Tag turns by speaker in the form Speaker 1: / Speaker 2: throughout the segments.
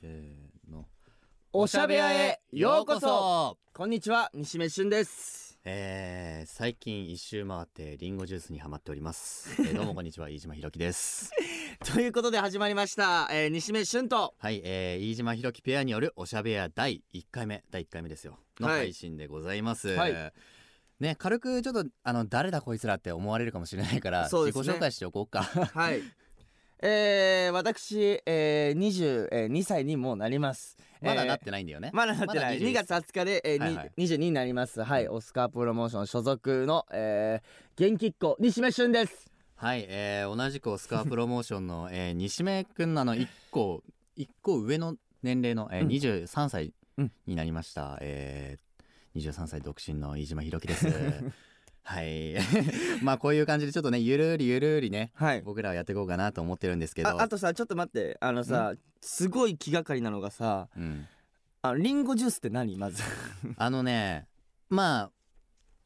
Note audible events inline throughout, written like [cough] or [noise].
Speaker 1: せーの
Speaker 2: おしゃべやへようこそ
Speaker 1: そ
Speaker 2: こんにちは西目俊です
Speaker 1: えー、最近一周回ってリンゴジュースにはまっております、えー、どうもこんにちは飯島ひろき
Speaker 2: [laughs]
Speaker 1: です
Speaker 2: ということで始まりました、えー、西目俊 [laughs] と
Speaker 1: はい、えー、飯島ひろきペアによるおしゃべや第1回目第1回目ですよの
Speaker 2: はい
Speaker 1: 配信でございます、
Speaker 2: はい
Speaker 1: ね軽くちょっとあの誰だこいつらって思われるかもしれないから、
Speaker 2: そうで
Speaker 1: 自
Speaker 2: す
Speaker 1: 己
Speaker 2: ね
Speaker 1: 紹介しておこう
Speaker 2: [laughs]
Speaker 1: か
Speaker 2: はいえー、私、えー、22歳にもうなります
Speaker 1: まだなっ
Speaker 2: えー
Speaker 1: てないんだよね、
Speaker 2: まだなってない、
Speaker 1: まだ21
Speaker 2: 2月20日で、えー
Speaker 1: はいはい
Speaker 2: に22になりますはいオスカープロモーション所属の、えー、元気っ子西目俊です
Speaker 1: はい、えー、同じくオスカープロモーションの、えー、西銘くんのあの一個一個上の年齢の、えー、
Speaker 2: うん
Speaker 1: 23歳
Speaker 2: うん
Speaker 1: になりました、えー、23歳独身の飯島ひろき
Speaker 2: [laughs]
Speaker 1: ですはい [laughs] まあこういう感じでちょっとねゆるりゆるりね
Speaker 2: はい
Speaker 1: 僕らはやっていこうかなと思ってるんですけど
Speaker 2: ああとさちょっと待ってあのさすごい気がかりなのがさ
Speaker 1: うん、
Speaker 2: あリンゴジュースって何まず
Speaker 1: あのねまあ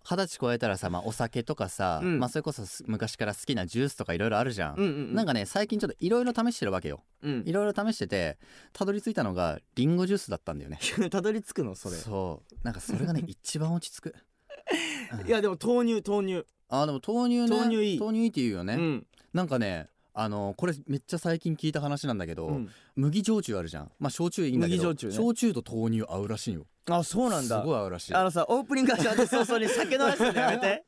Speaker 1: 二十歳超えたらさ、まあ、お酒とかさ、
Speaker 2: うん
Speaker 1: まあ、それこそす昔から好きなジュースとかいろいろあるじゃん、
Speaker 2: うんうん
Speaker 1: なんかね最近ちょっといろいろ試してるわけよ
Speaker 2: うん
Speaker 1: いろいろ試しててたどり着いたのがリンゴジュースだったんだよね
Speaker 2: [laughs] たどり着くのそれ
Speaker 1: うなんかそ
Speaker 2: [laughs]
Speaker 1: れがね一番落ち着く
Speaker 2: いやでも豆乳豆乳
Speaker 1: あでも豆乳ね
Speaker 2: 豆乳いい
Speaker 1: 豆乳いいって言うよね、
Speaker 2: うん
Speaker 1: なんかねあのこれめっちゃ最近聞いた話なんだけど、
Speaker 2: うん
Speaker 1: 麦焼酎あるじゃんまあ焼酎いいんだけど
Speaker 2: 麦焼酎ね
Speaker 1: と豆乳合うらしいよ
Speaker 2: あそうなんだ
Speaker 1: すごい合うらしい
Speaker 2: あのさオープニング始まって早々に [laughs] 酒飲
Speaker 1: [laughs]
Speaker 2: らせてやめて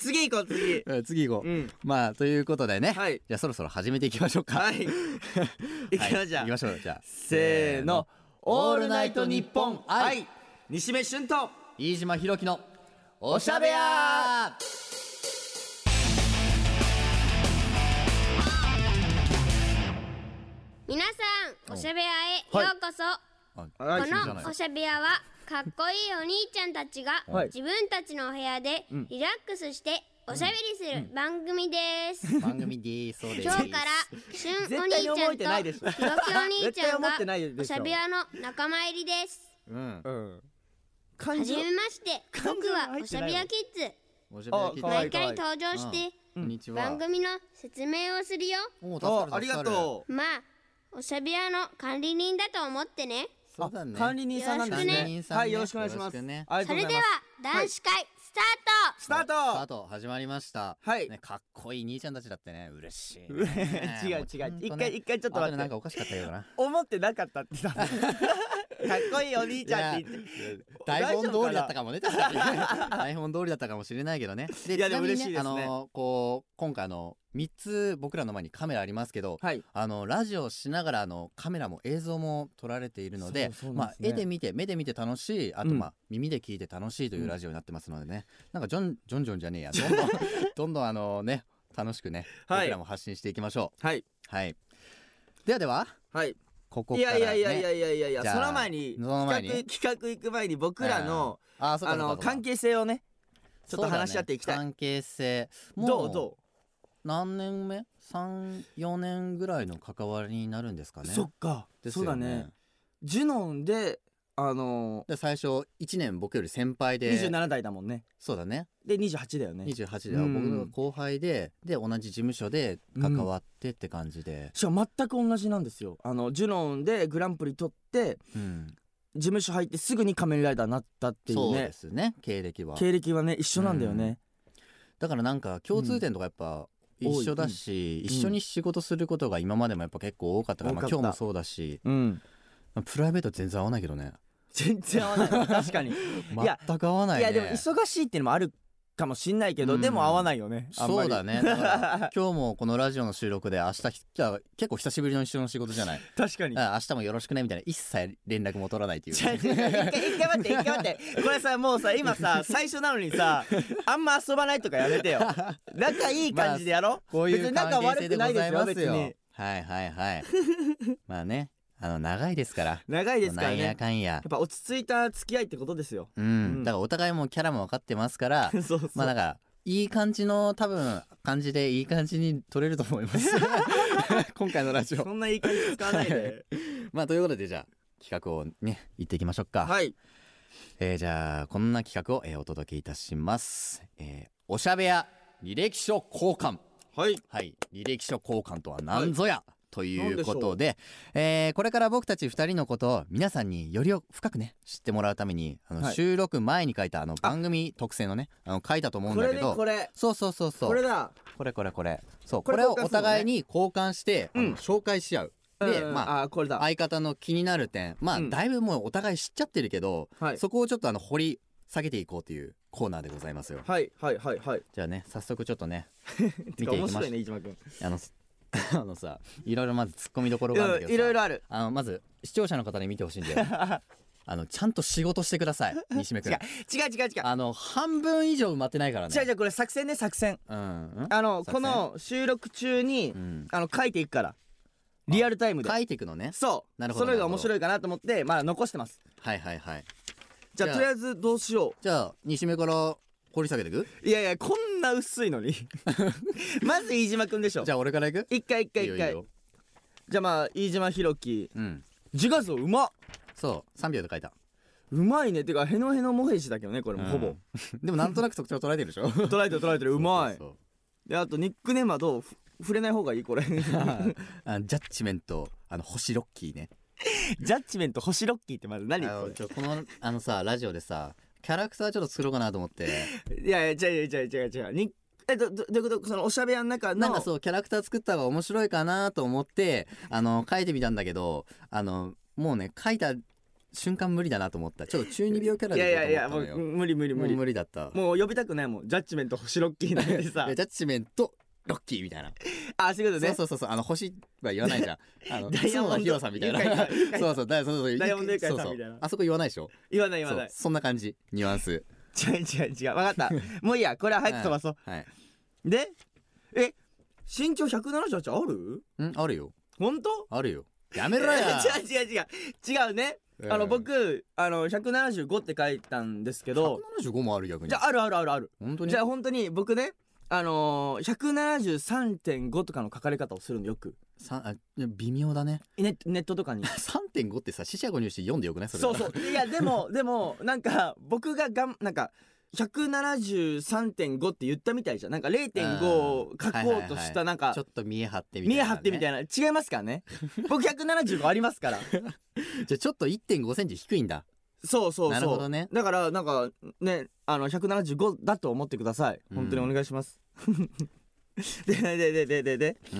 Speaker 2: 次行こう次
Speaker 1: え次行こう、
Speaker 2: うん
Speaker 1: まあということでね、
Speaker 2: はい
Speaker 1: じゃあそろそろ始めていきましょうか
Speaker 2: はい [laughs] 行きましょ
Speaker 1: 行き
Speaker 2: う
Speaker 1: ましょうじゃあ
Speaker 2: せーのオールナイトニッポン
Speaker 1: は
Speaker 2: はいい西目俊と
Speaker 1: 飯島ひろきのおし
Speaker 2: し
Speaker 1: ゃ
Speaker 2: ゃ
Speaker 1: べ
Speaker 2: べ
Speaker 1: や
Speaker 2: や
Speaker 3: 皆さんおしゃべり屋
Speaker 2: は
Speaker 3: へ
Speaker 2: い
Speaker 3: ようこそ、
Speaker 2: はい
Speaker 1: 一緒じゃ
Speaker 3: こ
Speaker 1: ない
Speaker 3: のおしゃべり屋はかっこいいお兄ちゃんたちが
Speaker 2: はい
Speaker 3: 自分たちのお部屋でリラックスしておしゃべりする番組で
Speaker 2: [laughs]
Speaker 3: す、
Speaker 1: 番組ですそうです
Speaker 3: 今日からしゅんお
Speaker 2: 絶
Speaker 3: 兄
Speaker 2: 対
Speaker 3: ち
Speaker 2: に
Speaker 3: ゃん
Speaker 2: 覚え
Speaker 3: と
Speaker 2: てないで
Speaker 3: ひ
Speaker 2: し
Speaker 3: ろ
Speaker 2: ょ
Speaker 3: きお兄ちゃん
Speaker 2: 絶対思ってないでし
Speaker 3: が
Speaker 2: ょ
Speaker 3: おしゃべり屋の仲間入りです
Speaker 1: うん
Speaker 2: うん感
Speaker 3: は
Speaker 2: じ
Speaker 3: じめまして
Speaker 2: 漢
Speaker 3: 僕
Speaker 2: 字は
Speaker 3: は
Speaker 2: 入
Speaker 3: お
Speaker 2: っ
Speaker 3: してゃ
Speaker 2: な
Speaker 3: べ
Speaker 2: い
Speaker 3: り
Speaker 2: わ
Speaker 3: 屋キッズ
Speaker 1: おしゃべやき
Speaker 2: 可愛
Speaker 3: 毎
Speaker 2: い可愛い
Speaker 3: 回登場して
Speaker 1: こんにちは
Speaker 3: 番組の説明をするよ
Speaker 1: おう助か
Speaker 2: あ
Speaker 1: る
Speaker 2: ありがとう
Speaker 3: まあおしゃべり屋の管理人だと思ってね
Speaker 1: 助かるそうだね
Speaker 2: あ管理人さんなんです
Speaker 3: よろしくね管理
Speaker 1: 人さんね
Speaker 2: はいよろしくお願いします
Speaker 1: よろしくね
Speaker 2: ありが
Speaker 3: そ
Speaker 2: とうご
Speaker 3: れ
Speaker 2: ざ
Speaker 3: で
Speaker 2: い
Speaker 3: は
Speaker 2: ます
Speaker 3: 男子会スタート
Speaker 2: スタート
Speaker 1: スタート始まりました
Speaker 2: はい
Speaker 1: ねかっこいい兄ちゃんたちだってね嬉しい
Speaker 2: 違う
Speaker 1: ね
Speaker 2: [laughs] 違
Speaker 1: も
Speaker 2: う
Speaker 1: ちゃんとね
Speaker 2: 一回一回ちょっと
Speaker 1: 後
Speaker 2: 待
Speaker 1: で
Speaker 2: っ
Speaker 1: なん
Speaker 2: て
Speaker 1: かおかしかったよ
Speaker 2: [laughs]
Speaker 1: うな
Speaker 2: 思ってなかったってさかっ
Speaker 1: [laughs]
Speaker 2: こいいお兄ちゃんって言って
Speaker 1: 台本
Speaker 2: 大丈夫かな
Speaker 1: 通りだったかもね確かに [laughs] 台本通りだったかもしれないけどねで
Speaker 2: いや
Speaker 1: ちなみに
Speaker 2: でも嬉しいですね
Speaker 1: あのこう今回あの3つ僕らの前にカメラありますけど
Speaker 2: はい
Speaker 1: あのラジオしながらあのカメラも映像も撮られているので
Speaker 2: そうそう
Speaker 1: ま
Speaker 2: なん
Speaker 1: あ
Speaker 2: ですね
Speaker 1: 絵で見て目で見て楽しいあと
Speaker 2: うん
Speaker 1: まあ、耳で聞いて楽しいといううんラジオになってますのでね、なんかジョンジョンジョンじゃねえやどんど [laughs] んどんどんあのね楽しくね、
Speaker 2: はい
Speaker 1: 僕らも発信していきましょ
Speaker 2: はいう
Speaker 1: はいではでは
Speaker 2: はい
Speaker 1: ここ
Speaker 2: い
Speaker 1: から、
Speaker 2: や
Speaker 1: ね、
Speaker 2: いやいやいやいやいやいや
Speaker 1: じゃあ
Speaker 2: その前に
Speaker 1: その前に
Speaker 2: 企画企画行く前に僕らの
Speaker 1: あーそうかそ
Speaker 2: あ
Speaker 1: うか
Speaker 2: の
Speaker 1: そうか
Speaker 2: 関係性をねちょっと話し合っていきたい
Speaker 1: そうだね関係性
Speaker 2: どうど
Speaker 1: 何年目34年ぐらいの関わりになるんですか
Speaker 2: う
Speaker 1: ね
Speaker 2: そっか
Speaker 1: です
Speaker 2: そう
Speaker 1: よ
Speaker 2: だねジュノンであの
Speaker 1: で最初1年僕より先輩で
Speaker 2: 27代だもんね
Speaker 1: そうだね
Speaker 2: で28だよね
Speaker 1: 28では僕の後輩で、で同じ事務所で関わってって感じで、
Speaker 2: しかも全く同じなんですよあのジュノンでグランプリ取って
Speaker 1: うん
Speaker 2: 事務所入ってすぐに仮面ライダーになったっていう
Speaker 1: そう
Speaker 2: ね
Speaker 1: ですね経歴は
Speaker 2: 経歴はね一緒なんだよね
Speaker 1: だからなんか共通点とかやっぱ
Speaker 2: うん
Speaker 1: 一緒だし、
Speaker 2: 多いうん
Speaker 1: 一緒に仕事することが今までもやっぱ結構多かったから、まあ、
Speaker 2: 多か
Speaker 1: 今
Speaker 2: った
Speaker 1: 日もそうだし
Speaker 2: うん
Speaker 1: まあプライベート全然合わないけどね
Speaker 2: 全然合わない
Speaker 1: [laughs]
Speaker 2: 確かにや
Speaker 1: 全く合わない
Speaker 2: い
Speaker 1: ね
Speaker 2: やでも忙しいっていうのもあるかもしんないけど、
Speaker 1: うん
Speaker 2: でも合わないよねあんま
Speaker 1: そ
Speaker 2: り
Speaker 1: うだねだ [laughs] から今日もこのラジオの収録で明日ひじゃあ結構久しぶりの一緒の仕事じゃ [laughs] ない
Speaker 2: 確かに
Speaker 1: あ明日もよろしくねみたいな一切連絡も取らないっていう
Speaker 2: じゃあじゃ [laughs] あ一回一回待って一回待ってこれさもうさ
Speaker 1: [laughs]
Speaker 2: 今さ最初なのにさあんま遊ばないとかやめてよ仲いい感じでやろ
Speaker 1: こういう関係性でございます
Speaker 2: 別に仲悪く
Speaker 1: よ
Speaker 2: ないですよ
Speaker 1: はいはいはい
Speaker 2: [laughs]
Speaker 1: まあねあの長いですから
Speaker 2: う、長いですから
Speaker 1: なん
Speaker 2: ねや
Speaker 1: や
Speaker 2: っ
Speaker 1: かんや
Speaker 2: ぱ落ち着いた付き合いってことですよ [laughs]
Speaker 1: うん、
Speaker 2: うん
Speaker 1: だからお互いもうキャラも分かってますから
Speaker 2: [laughs] そうそう、
Speaker 1: まあだからいい感じの多分感じでいい感じに撮れると思います
Speaker 2: [laughs]
Speaker 1: 今回のラジオ
Speaker 2: そんな言い方使わない
Speaker 1: [laughs]
Speaker 2: で
Speaker 1: まあということでじゃあ企画をね行っていきましょうか
Speaker 2: はい
Speaker 1: えーじゃあこんな企画を、えーお届けいたします、えーおしゃべや履歴書交換
Speaker 2: はい
Speaker 1: はい履歴書交換とは何ぞや、ということでえーこれから僕たち2人のことを皆さんにより深くね知ってもらうためにあの、
Speaker 2: はい
Speaker 1: 収録前に書いたあの番組特製のねあの書いたと思うん
Speaker 2: こ
Speaker 1: だ
Speaker 2: れ
Speaker 1: け
Speaker 2: ね
Speaker 1: ど
Speaker 2: これ
Speaker 1: そうそうそうそう
Speaker 2: これだ
Speaker 1: これこれこれそうこ
Speaker 2: これ
Speaker 1: れを
Speaker 2: 交換するの
Speaker 1: お
Speaker 2: ね
Speaker 1: 互いに交換して、あの
Speaker 2: うん
Speaker 1: 紹介し合う、で、
Speaker 2: うん
Speaker 1: まあ
Speaker 2: あーこれだ
Speaker 1: 相方の気になる点まあ、
Speaker 2: うん
Speaker 1: だいぶもうお互い知っちゃってるけど、
Speaker 2: はい
Speaker 1: そこをちょっとあの掘り下げていこうというコーナーでございますよ
Speaker 2: はいはいはいはい
Speaker 1: じゃあね早速ちょっとね
Speaker 2: [laughs] て
Speaker 1: 見
Speaker 2: か
Speaker 1: ていき
Speaker 2: 面
Speaker 1: ましょ
Speaker 2: 白
Speaker 1: う
Speaker 2: いね飯島君
Speaker 1: あの [laughs] あのさいろいろまずツッコミどころがあるんだけど
Speaker 2: い
Speaker 1: さ
Speaker 2: ろいろある
Speaker 1: あのまず視聴者の方に見てほしいん
Speaker 2: [laughs]
Speaker 1: だよあのちゃんと仕事してください西目
Speaker 2: 違
Speaker 1: く
Speaker 2: うん違う違う違う
Speaker 1: あの半分以上埋まってないからね
Speaker 2: 違う違うこれ作戦ね作戦
Speaker 1: うん、
Speaker 2: あの
Speaker 1: 作戦
Speaker 2: この収録中に
Speaker 1: うん、
Speaker 2: あの書いていくからリアルタイムで
Speaker 1: 書いていくのね
Speaker 2: そう
Speaker 1: なるほど
Speaker 2: それが
Speaker 1: なる
Speaker 2: 面
Speaker 1: ほど
Speaker 2: 白いかなと思ってまあ残してます
Speaker 1: はいはいはい
Speaker 2: じゃ
Speaker 1: じ
Speaker 2: あ
Speaker 1: ゃあ
Speaker 2: とりあえずどうしよ
Speaker 1: じゃあ西目から掘り下げていく
Speaker 2: ういやいやこんな薄い
Speaker 1: [laughs]
Speaker 2: のにまず飯島君でしょ
Speaker 1: じゃあ俺からいく
Speaker 2: 一回一回一
Speaker 1: いいよいい
Speaker 2: 回
Speaker 1: よ
Speaker 2: じゃあまあ飯島ひろき
Speaker 1: うん
Speaker 2: 自画像うまっ
Speaker 1: そう3秒で書いた
Speaker 2: うまいねてかヘノヘノモヘジだけどねこれもほぼ、
Speaker 1: うんでもなんとなく特徴捉えてるでしょう
Speaker 2: 捉えてる捉えてる [laughs] うまい
Speaker 1: そう
Speaker 2: であとニックネームはどうふ触れない方がいいこ
Speaker 1: [laughs]
Speaker 2: れジ
Speaker 1: そう
Speaker 2: ャ
Speaker 1: そうあジャッジメントあの星ロッキーね
Speaker 2: ッジメント星ロッキーってまず何
Speaker 1: あ
Speaker 2: こ
Speaker 1: のちょこのあのさラジオでさキャラクターちょっと作ろうかなと思って
Speaker 2: れいやいや違う違う違う違う違うニッえどどどういうことそのおしゃべりの中の
Speaker 1: なんかそうキャラクター作った方が面白いかなと思ってあの書いてみたんだけどあのもうね書いた瞬間無理だなと思ったちょっと中二病キャラ
Speaker 2: いやいやい
Speaker 1: でいこ
Speaker 2: や
Speaker 1: うと
Speaker 2: も
Speaker 1: 思った
Speaker 2: う
Speaker 1: のよ
Speaker 2: 無理無理無
Speaker 1: も
Speaker 2: 理
Speaker 1: う無理だった
Speaker 2: もう呼びたくないもんジャッジメント星ロッキーなんてさ
Speaker 1: でジャッジメントロッキーみたいな、
Speaker 2: あそういうことね
Speaker 1: そうそうそうそうあの星は言わないじゃんあの
Speaker 2: [laughs] ダイヤモン
Speaker 1: 角田
Speaker 2: ド
Speaker 1: 博さんみたいな
Speaker 2: ゆかりさんゆかりさん
Speaker 1: そうそうだそうそう
Speaker 2: ダイヤモンドゆかりさん
Speaker 1: そうそう
Speaker 2: みたいな
Speaker 1: あそこ言わないでしょ
Speaker 2: 言わない言
Speaker 1: そ
Speaker 2: わな
Speaker 1: う
Speaker 2: い
Speaker 1: そんな感じニュアンス
Speaker 2: 違う違う違う分かったもういいやこれは早く飛ばそう、
Speaker 1: はい
Speaker 2: でえ身長178ある
Speaker 1: んあるよ
Speaker 2: 本当
Speaker 1: あるよやめろや
Speaker 2: [laughs] 違う違う違う違うね、あの僕あの175って書いたんですけど
Speaker 1: 175もある逆に
Speaker 2: じゃああるあるあるある
Speaker 1: 本当に
Speaker 2: じゃあ本当に僕ねあのー、173.5とかの書かれ方をするのよく
Speaker 1: さんあ微妙だね [laughs]
Speaker 2: ネネットとかに
Speaker 1: 3.5ってさ四捨五入して4でよく [laughs] ないそれ
Speaker 2: そうそういやでもでもなんか僕ががんなんか173.5って言ったみたいじゃんなんか0.5を書こうとしたなんか
Speaker 1: [laughs] ちょっと見え張ってみた
Speaker 2: 見
Speaker 1: い
Speaker 2: え
Speaker 1: な、
Speaker 2: 張ってみたい
Speaker 1: い
Speaker 2: な違いますからね僕175ありま
Speaker 1: [laughs]
Speaker 2: すから
Speaker 1: なじゃあちょっと1.5センチ低いんだ
Speaker 2: そうそうそう
Speaker 1: なるほどね
Speaker 2: だからなんかねあの175だと思ってください本当にお願いします、 [laughs] でででででで
Speaker 1: ん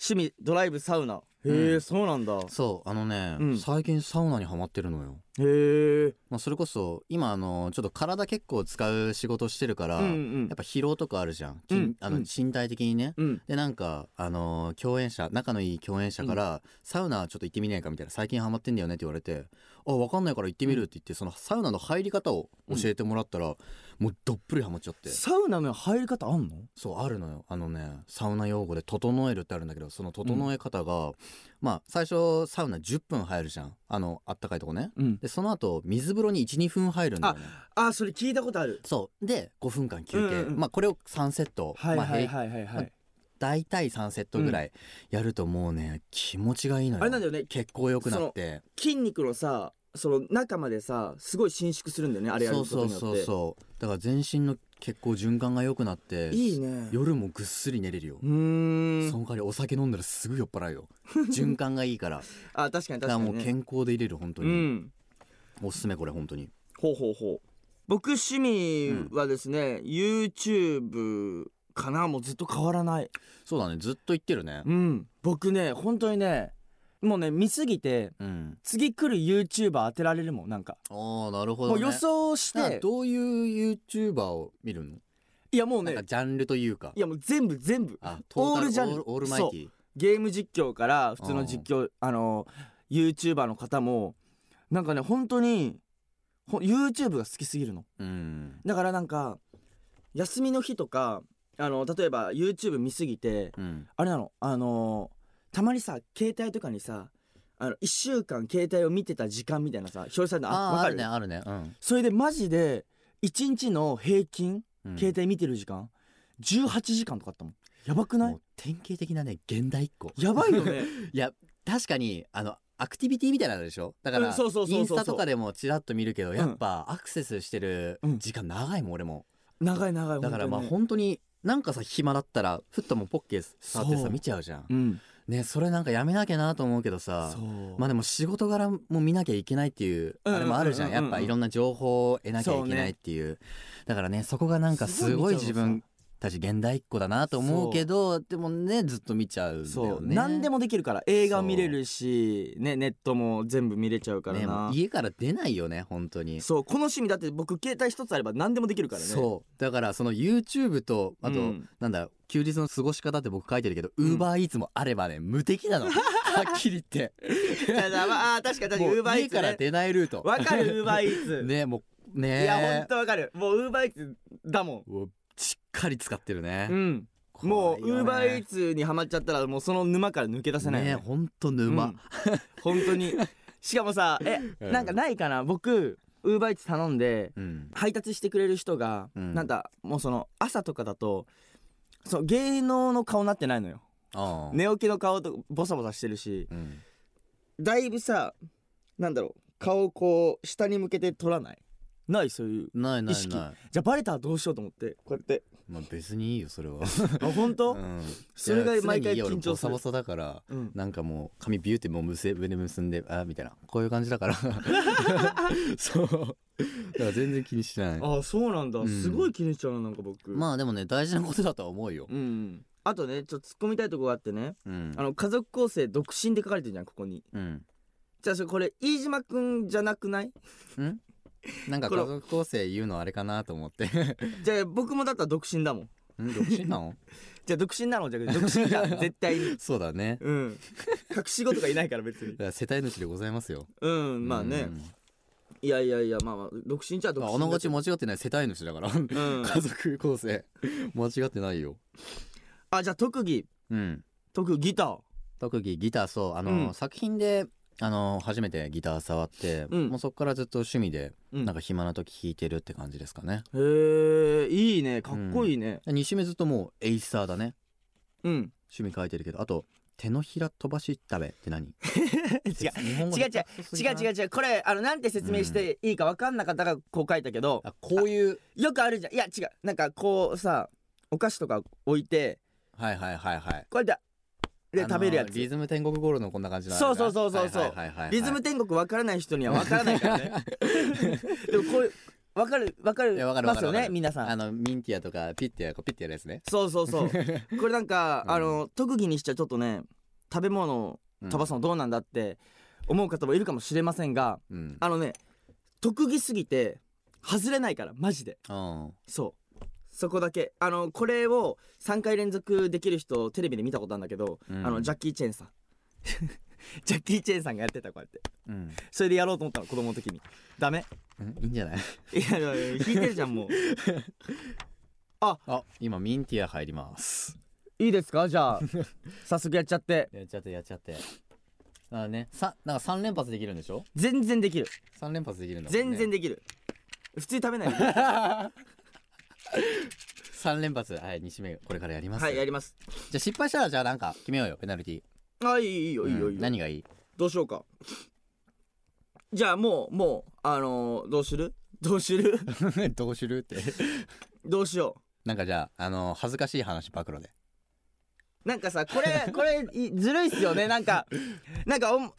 Speaker 2: 趣味ドライブサウナへえ、
Speaker 1: うん
Speaker 2: そうなんだへ
Speaker 1: そうあのね、
Speaker 2: うん
Speaker 1: 最近サウナにハマってるのよ
Speaker 2: え
Speaker 1: まあそれこそ今あのちょっと体結構使う仕事してるから、
Speaker 2: うんう
Speaker 1: や
Speaker 2: ん
Speaker 1: っぱ疲労とかあるじゃん、筋
Speaker 2: うん
Speaker 1: あ
Speaker 2: う
Speaker 1: の
Speaker 2: ん
Speaker 1: 身体的にね、
Speaker 2: うん
Speaker 1: でなんかあのー共演者仲のいい共演者から、サウナちょっと行ってみないかみたいな最近ハマってんだよねって言われてあ分かんないから行ってみるって言ってそのサウナの入り方を教えてもらったら、もうどっぷりハマっちゃって
Speaker 2: サウナの入り方あんの
Speaker 1: そうあるのよあのねサウナ用語で「整える」ってあるんだけどその整え方が、まあ最初サウナ10分入るじゃんあのあったかいとこね
Speaker 2: うん
Speaker 1: でその後水風呂に12分入るんだよね
Speaker 2: あそれ聞いたことある
Speaker 1: そうで5分間休憩、
Speaker 2: うんうん
Speaker 1: まあこれを3セット、
Speaker 2: はいはい
Speaker 1: まあ、平
Speaker 2: はいはいはい、
Speaker 1: 大体3セットぐらいやるともうね気持ちがいいのよ
Speaker 2: あれなんだよね
Speaker 1: 血行良くなって
Speaker 2: 筋肉のさその中までさすごい伸縮するんだよねあれや
Speaker 1: そ
Speaker 2: るこ
Speaker 1: うそ
Speaker 2: と
Speaker 1: う
Speaker 2: によって
Speaker 1: そうそうだから全身の血行循環が良くなって
Speaker 2: いいね
Speaker 1: 夜もぐっすり寝れるよ
Speaker 2: う、ー
Speaker 1: そ
Speaker 2: ん
Speaker 1: の代わりお酒飲んだらすぐ酔っ払う
Speaker 2: [laughs]
Speaker 1: よ循環がいいから
Speaker 2: あ確かに確
Speaker 1: だ
Speaker 2: か
Speaker 1: から
Speaker 2: に、ね、
Speaker 1: もう健康でいれる本当に、
Speaker 2: うん
Speaker 1: おすすめこれ本当に
Speaker 2: ほうほうほう僕趣味はですね、YouTube かなもうずっと変わらない
Speaker 1: そうだねずっと言ってるね
Speaker 2: うん僕ね本当にねもうね見すぎて
Speaker 1: うん
Speaker 2: 次来る YouTuber 当てられるもんなんか
Speaker 1: ああなるほど、
Speaker 2: も
Speaker 1: ね、
Speaker 2: う予想し
Speaker 1: なんか
Speaker 2: て
Speaker 1: どういう YouTuber を見るの、
Speaker 2: いやもう
Speaker 1: なん
Speaker 2: ね
Speaker 1: かジャンルというか
Speaker 2: いやもう全部全部
Speaker 1: あト
Speaker 2: オー
Speaker 1: タ
Speaker 2: ルジャンル
Speaker 1: オールオールマイティ
Speaker 2: ゲーム実況から普通の実況あの YouTuber の方もなんかね本当にほん YouTube が好きすぎるの
Speaker 1: うん
Speaker 2: だからなんか休みの日とかあの例えば YouTube 見すぎて
Speaker 1: うん
Speaker 2: あれなのあのーたまにさ携帯とかにさあの1週間携帯を見てた時間みたいなさ表示されるのあ
Speaker 1: あ
Speaker 2: わ
Speaker 1: あ
Speaker 2: か
Speaker 1: あ
Speaker 2: る
Speaker 1: るねあるねうん、
Speaker 2: それでマジで1日の平均
Speaker 1: うん
Speaker 2: 携帯見てる時間、18時間とかあったもんやばくな
Speaker 1: も
Speaker 2: いう
Speaker 1: 典型的なね現代っ子
Speaker 2: やばいよね
Speaker 1: いや [laughs] 確かにあのアクティビティみたいなのでしょだから、
Speaker 2: うんそうそうそうそうそう
Speaker 1: インスタとかでもちらっと見るけどやっぱアクセスしてる時間長いもん俺も
Speaker 2: 長い長い
Speaker 1: だからまあ
Speaker 2: 本
Speaker 1: 本当になんかさ暇だったらふっともうポッケ触って
Speaker 2: そ
Speaker 1: さ
Speaker 2: う
Speaker 1: 見ちゃうじゃん
Speaker 2: 当にね
Speaker 1: ねそれなんかやめなきゃなと思うけどさ
Speaker 2: そう
Speaker 1: まあでも仕事柄も見なきゃいけないっていう
Speaker 2: うんうんうんうん
Speaker 1: あれもあるじゃんやっぱいろんな情報を得なきゃいけないっていうだからねそこがなんかすごい自分たち現代っ子だなと思うけどでもねずっと見ちゃうんだ
Speaker 2: そ
Speaker 1: よ
Speaker 2: う
Speaker 1: ね
Speaker 2: 何で
Speaker 1: も
Speaker 2: もできるから映画見れるし、ね、ネットも全部見れちゃうから
Speaker 1: ねも
Speaker 2: な、
Speaker 1: う家から出ないよね本当に
Speaker 2: そうこの趣味だって僕携帯一つあれば何でもできるからね
Speaker 1: そうだからその YouTube とあと、
Speaker 2: うん
Speaker 1: なんだ休日の過ごし方って僕書いてるけど、
Speaker 2: ん
Speaker 1: UberEats もあればね無敵
Speaker 2: [laughs]
Speaker 1: なのはっきり言って
Speaker 2: いやだ [laughs] まああー確かに確かに
Speaker 1: もう
Speaker 2: ウーバーイ
Speaker 1: 家
Speaker 2: ーツ
Speaker 1: から出ないルート
Speaker 2: わかるウーバーイーツ
Speaker 1: [laughs] ねもうね
Speaker 2: いやほんとわかるもうウーバーイーツだもん
Speaker 1: うわしっかり使ってるね、
Speaker 2: うんもうウーバーイーツにはまっちゃったらもうその沼から抜け出せない
Speaker 1: ね
Speaker 2: よね
Speaker 1: ほんと沼、
Speaker 2: うん本当にしかもさえ、
Speaker 1: [laughs] うん
Speaker 2: なんかないかな僕ウーバーイーツ頼んで
Speaker 1: うん
Speaker 2: 配達してくれる人が、
Speaker 1: うん
Speaker 2: なんかもうその朝とかだとそう芸能の顔になってないのよ
Speaker 1: ああ
Speaker 2: 寝起きの顔とボサボサしてるし
Speaker 1: うん
Speaker 2: だいぶさなんだろう顔をこう下に向けて撮らないないそういう
Speaker 1: ないな
Speaker 2: 意
Speaker 1: い
Speaker 2: 識
Speaker 1: ない、
Speaker 2: じゃあバレたらどうしようと思ってこう
Speaker 1: [laughs]
Speaker 2: やって
Speaker 1: まあ、別にいいよそれは、
Speaker 2: あ本当、
Speaker 1: うん、
Speaker 2: それが
Speaker 1: いや
Speaker 2: 毎
Speaker 1: 常
Speaker 2: 回
Speaker 1: にいいよ俺
Speaker 2: 緊張
Speaker 1: ボ
Speaker 2: す
Speaker 1: サ
Speaker 2: る
Speaker 1: ボサだから
Speaker 2: うん、
Speaker 1: なんかもう髪ビューってもう結べ上で結んであーみたいなこういう感じだから
Speaker 2: [laughs]
Speaker 1: [laughs] そうだから全然気にしない
Speaker 2: あそうなんだ、
Speaker 1: うん
Speaker 2: すごい気にしちゃうななんか僕
Speaker 1: まあでもね大事なことだとは思うよ
Speaker 2: うんあとねちょっと突っ込みたいとこがあってね
Speaker 1: うん
Speaker 2: あの家族構成独身で書かれてるじゃんここに
Speaker 1: うん
Speaker 2: じゃあそれこれ飯島くんじゃなくない
Speaker 1: んなんか
Speaker 2: こ
Speaker 1: 家
Speaker 2: れ
Speaker 1: 族構成言うのあれかなと思って [laughs]
Speaker 2: じゃあ僕もだったら独身だもん
Speaker 1: ん独身
Speaker 2: [laughs]
Speaker 1: なの
Speaker 2: じゃあ独身なのじゃなくて独身じゃん
Speaker 1: [laughs]
Speaker 2: 絶対に
Speaker 1: そうだね
Speaker 2: うん隠し事がいないから別に
Speaker 1: だから世帯主でございますよ
Speaker 2: うんまあね
Speaker 1: うん
Speaker 2: いやいやいやまあまあ独身じゃ独
Speaker 1: まあ
Speaker 2: 身
Speaker 1: あながち
Speaker 2: も
Speaker 1: 間違ってない世帯主だから、
Speaker 2: うん
Speaker 1: [laughs] 家族構成間違ってないよ
Speaker 2: あじゃあ特技
Speaker 1: うん
Speaker 2: 特技ギター
Speaker 1: 特技ギターそうあの、
Speaker 2: うん
Speaker 1: 作品であの初めてギター触って、
Speaker 2: うん
Speaker 1: もうそこからずっと趣味で、
Speaker 2: うん
Speaker 1: なんか暇な時弾いてるって感じですかね
Speaker 2: へえいいねかっこいいね
Speaker 1: 2週目ずっともうエイサーだね
Speaker 2: うん、
Speaker 1: 趣味書いてるけどあと手のひら飛ばし食べって何
Speaker 2: [laughs] 違う
Speaker 1: 日本語
Speaker 2: 違
Speaker 1: 下
Speaker 2: う
Speaker 1: 手くそすぎ
Speaker 2: 違
Speaker 1: な
Speaker 2: う違う違うこれあのなんて説明していいか分かんなかったからこう書いたけど、
Speaker 1: あこういう
Speaker 2: よくあるじゃんいや違うなんかこうさお菓子とか置いて
Speaker 1: はいはいはいはい
Speaker 2: こうやってで
Speaker 1: あのー
Speaker 2: 食べるやつ
Speaker 1: リ
Speaker 2: リズ
Speaker 1: ズム天国ゴールのこんな感じのあれ
Speaker 2: そう
Speaker 1: な
Speaker 2: そうそうそうそう
Speaker 1: はいはいはいはいはい
Speaker 2: ム天国分からない人には分からないからね [laughs] でもこういう分かる分か
Speaker 1: [laughs] い
Speaker 2: る
Speaker 1: やわかるわ
Speaker 2: ま
Speaker 1: か
Speaker 2: す
Speaker 1: る
Speaker 2: よ
Speaker 1: わか
Speaker 2: ね
Speaker 1: る
Speaker 2: 皆さ
Speaker 1: あ
Speaker 2: ん
Speaker 1: のミンティアとかピッてやこうピッてやるやつね
Speaker 2: そうそ
Speaker 1: [laughs]
Speaker 2: うそうこれなんか、
Speaker 1: うん
Speaker 2: あの特技にしちゃちょっとね食べ物を
Speaker 1: うん
Speaker 2: 飛ばすのどうなんだって思う方もいるかもしれませんが
Speaker 1: うん
Speaker 2: あのね特技すぎて外れないからマジで
Speaker 1: うん
Speaker 2: そうそこだけあのこれを3回連続できる人をテレビで見たことあるんだけど、
Speaker 1: うん
Speaker 2: あのジャッキー・チェンさん [laughs] ジャッキー・チェンさんがやってたこうやって
Speaker 1: うん
Speaker 2: それでやろうと思ったの子供の時にダメ
Speaker 1: んいいんじゃない
Speaker 2: いやいやいや弾いてるじゃんもう
Speaker 1: あ今ミンティア入ります
Speaker 2: いいですかじ
Speaker 1: [laughs]
Speaker 2: ゃあ早速やっちゃって
Speaker 1: やっちゃってやっちゃってあねさなんか3連発できるんでしょ
Speaker 2: 全然できる
Speaker 1: 3連発できるんだもんね
Speaker 2: 全
Speaker 1: [laughs]
Speaker 2: 然できる普通に食べない
Speaker 1: 3連発はい2目これからやります
Speaker 2: はいや
Speaker 1: じ
Speaker 2: ります
Speaker 1: ゃあ失敗したらじゃあなんか決めようよペナルティ
Speaker 2: あいいいいよいいよ
Speaker 1: う
Speaker 2: いい
Speaker 1: ん
Speaker 2: よ、
Speaker 1: 何がいい [laughs]
Speaker 2: どうしようかじゃあもうもうあのーどうするどうす
Speaker 1: [laughs]
Speaker 2: る
Speaker 1: どうするって [laughs]
Speaker 2: どうしよう
Speaker 1: なんかじゃああの恥ずかしい話暴露で
Speaker 2: なんかさこれこれいずるいっすよねなんかなんかおん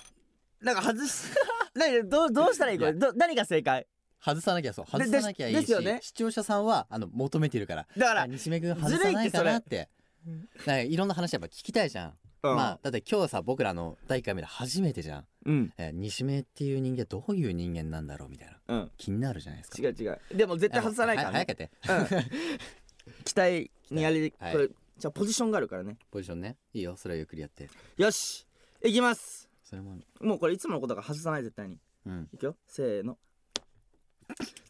Speaker 2: なんか外す [laughs] なんかどうどうしたらいいこれ
Speaker 1: い
Speaker 2: ど何が正解
Speaker 1: 外さなきゃそう
Speaker 2: で
Speaker 1: 外さなきゃいい
Speaker 2: で
Speaker 1: し、
Speaker 2: すよね
Speaker 1: 視聴者さんはあの求めてるから
Speaker 2: だか
Speaker 1: あ
Speaker 2: ら、
Speaker 1: 西目君外さないかなって
Speaker 2: ずる
Speaker 1: なんかいろんな話やっぱ聞きたいじゃん、まあだって今日さ僕らの第1回目で初めてじゃん、
Speaker 2: うん
Speaker 1: えー西目っていう人間どういう人間なんだろうみたいな
Speaker 2: うん
Speaker 1: 気になるじゃないですか
Speaker 2: 違う違うでも絶対外さないから
Speaker 1: は
Speaker 2: ね
Speaker 1: 早くやって
Speaker 2: うん期待にやりこ
Speaker 1: はい
Speaker 2: れじゃあポジションがあるからね
Speaker 1: ポジションねいいよそれはゆっくりやって
Speaker 2: よしいきます
Speaker 1: それも
Speaker 2: もうこれいつものことが外さない絶対に
Speaker 1: うん
Speaker 2: いくよせーの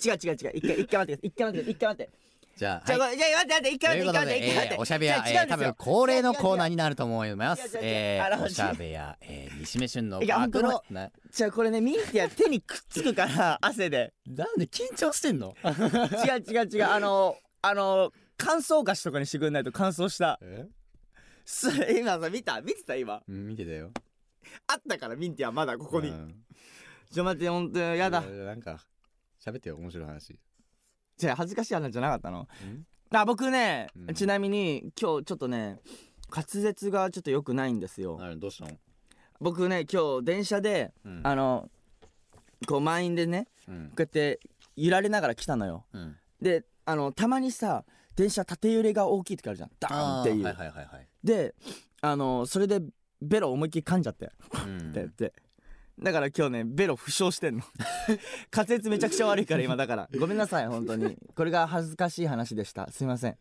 Speaker 2: 違う違う違う一回一回待って一回待って一回待って
Speaker 1: じゃあ
Speaker 2: じゃあ
Speaker 1: はい
Speaker 2: これじゃあ待って待って一
Speaker 1: と
Speaker 2: 回
Speaker 1: いう
Speaker 2: 待
Speaker 1: こ
Speaker 2: って
Speaker 1: と
Speaker 2: 一回待って一回待って
Speaker 1: で、えーおしゃべや、
Speaker 2: じ
Speaker 1: え
Speaker 2: あ違う
Speaker 1: ー、
Speaker 2: んで
Speaker 1: 多
Speaker 2: すよ
Speaker 1: 分恒例のコーナー
Speaker 2: 違う違う違う
Speaker 1: になると思います
Speaker 2: 違う違う違う。
Speaker 1: え
Speaker 2: あら
Speaker 1: ー、おしゃべや、えー、西目旬の
Speaker 2: いや
Speaker 1: 暴露
Speaker 2: ほんと。
Speaker 1: な
Speaker 2: じゃあこれねミンティア手にくっつくから汗で
Speaker 1: なんで緊張してんの？
Speaker 2: 違う違う違うあのあの乾燥菓子とかにしてくれないと乾燥した
Speaker 1: え？
Speaker 2: す今さ見た見てた今
Speaker 1: うん見てたよ。
Speaker 2: あったからミンティアまだここに
Speaker 1: うん
Speaker 2: ちょ待ってほんとやだ
Speaker 1: いなんか喋ってよ面白い話。
Speaker 2: じゃあ恥ずかしい話じゃなかったのあ僕ね
Speaker 1: うん
Speaker 2: ちなみに今日ちょっとね滑舌がちょっと良くないんですよ
Speaker 1: あれどうしたの
Speaker 2: 僕ね今日電車で
Speaker 1: うん
Speaker 2: あのこう満員でね
Speaker 1: うん
Speaker 2: こうやって揺られながら来たのよ
Speaker 1: うん
Speaker 2: であのたまにさ電車縦揺れが大きい時あるじゃんダーン
Speaker 1: あ
Speaker 2: っ
Speaker 1: ー
Speaker 2: ていう、
Speaker 1: はいはいはいはい
Speaker 2: であのそれでベロ思いっきり噛んじゃって
Speaker 1: う
Speaker 2: ってやっ
Speaker 1: ん
Speaker 2: て、だから今日ねベロ負傷してんの [laughs] 滑舌めちゃくちゃ悪いから今だからごめんなさい本当にこれが恥ずかしい話でしたすいません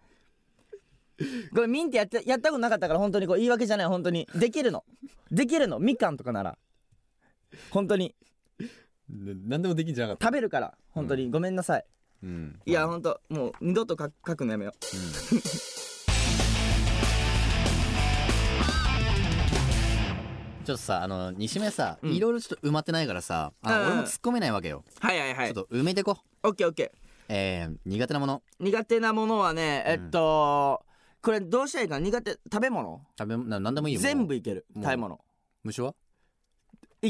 Speaker 2: これミンってやってやったことなかったから本当にこう言い訳じゃない本当にできるのできるのみかんとかなら本当に
Speaker 1: 何でもできんじゃなかった
Speaker 2: 食べるから本当にごめんなさい、
Speaker 1: うん
Speaker 2: いや本当もう二度と書書くのやめよう
Speaker 1: ちょっとさあの西目さ
Speaker 2: ん
Speaker 1: いろいろちょっと埋まってないからさあ
Speaker 2: うん
Speaker 1: の俺も突っ込めないわけよ
Speaker 2: はいはいは
Speaker 1: ちょっと埋めてこ
Speaker 2: オッケーオッケー
Speaker 1: えー苦手なもの
Speaker 2: 苦手なものはねえっと、これどうしたらいいか苦手食べ物
Speaker 1: 食べ物な何でもいいよもう
Speaker 2: 全部いける
Speaker 1: もう
Speaker 2: 食べ物
Speaker 1: 虫はい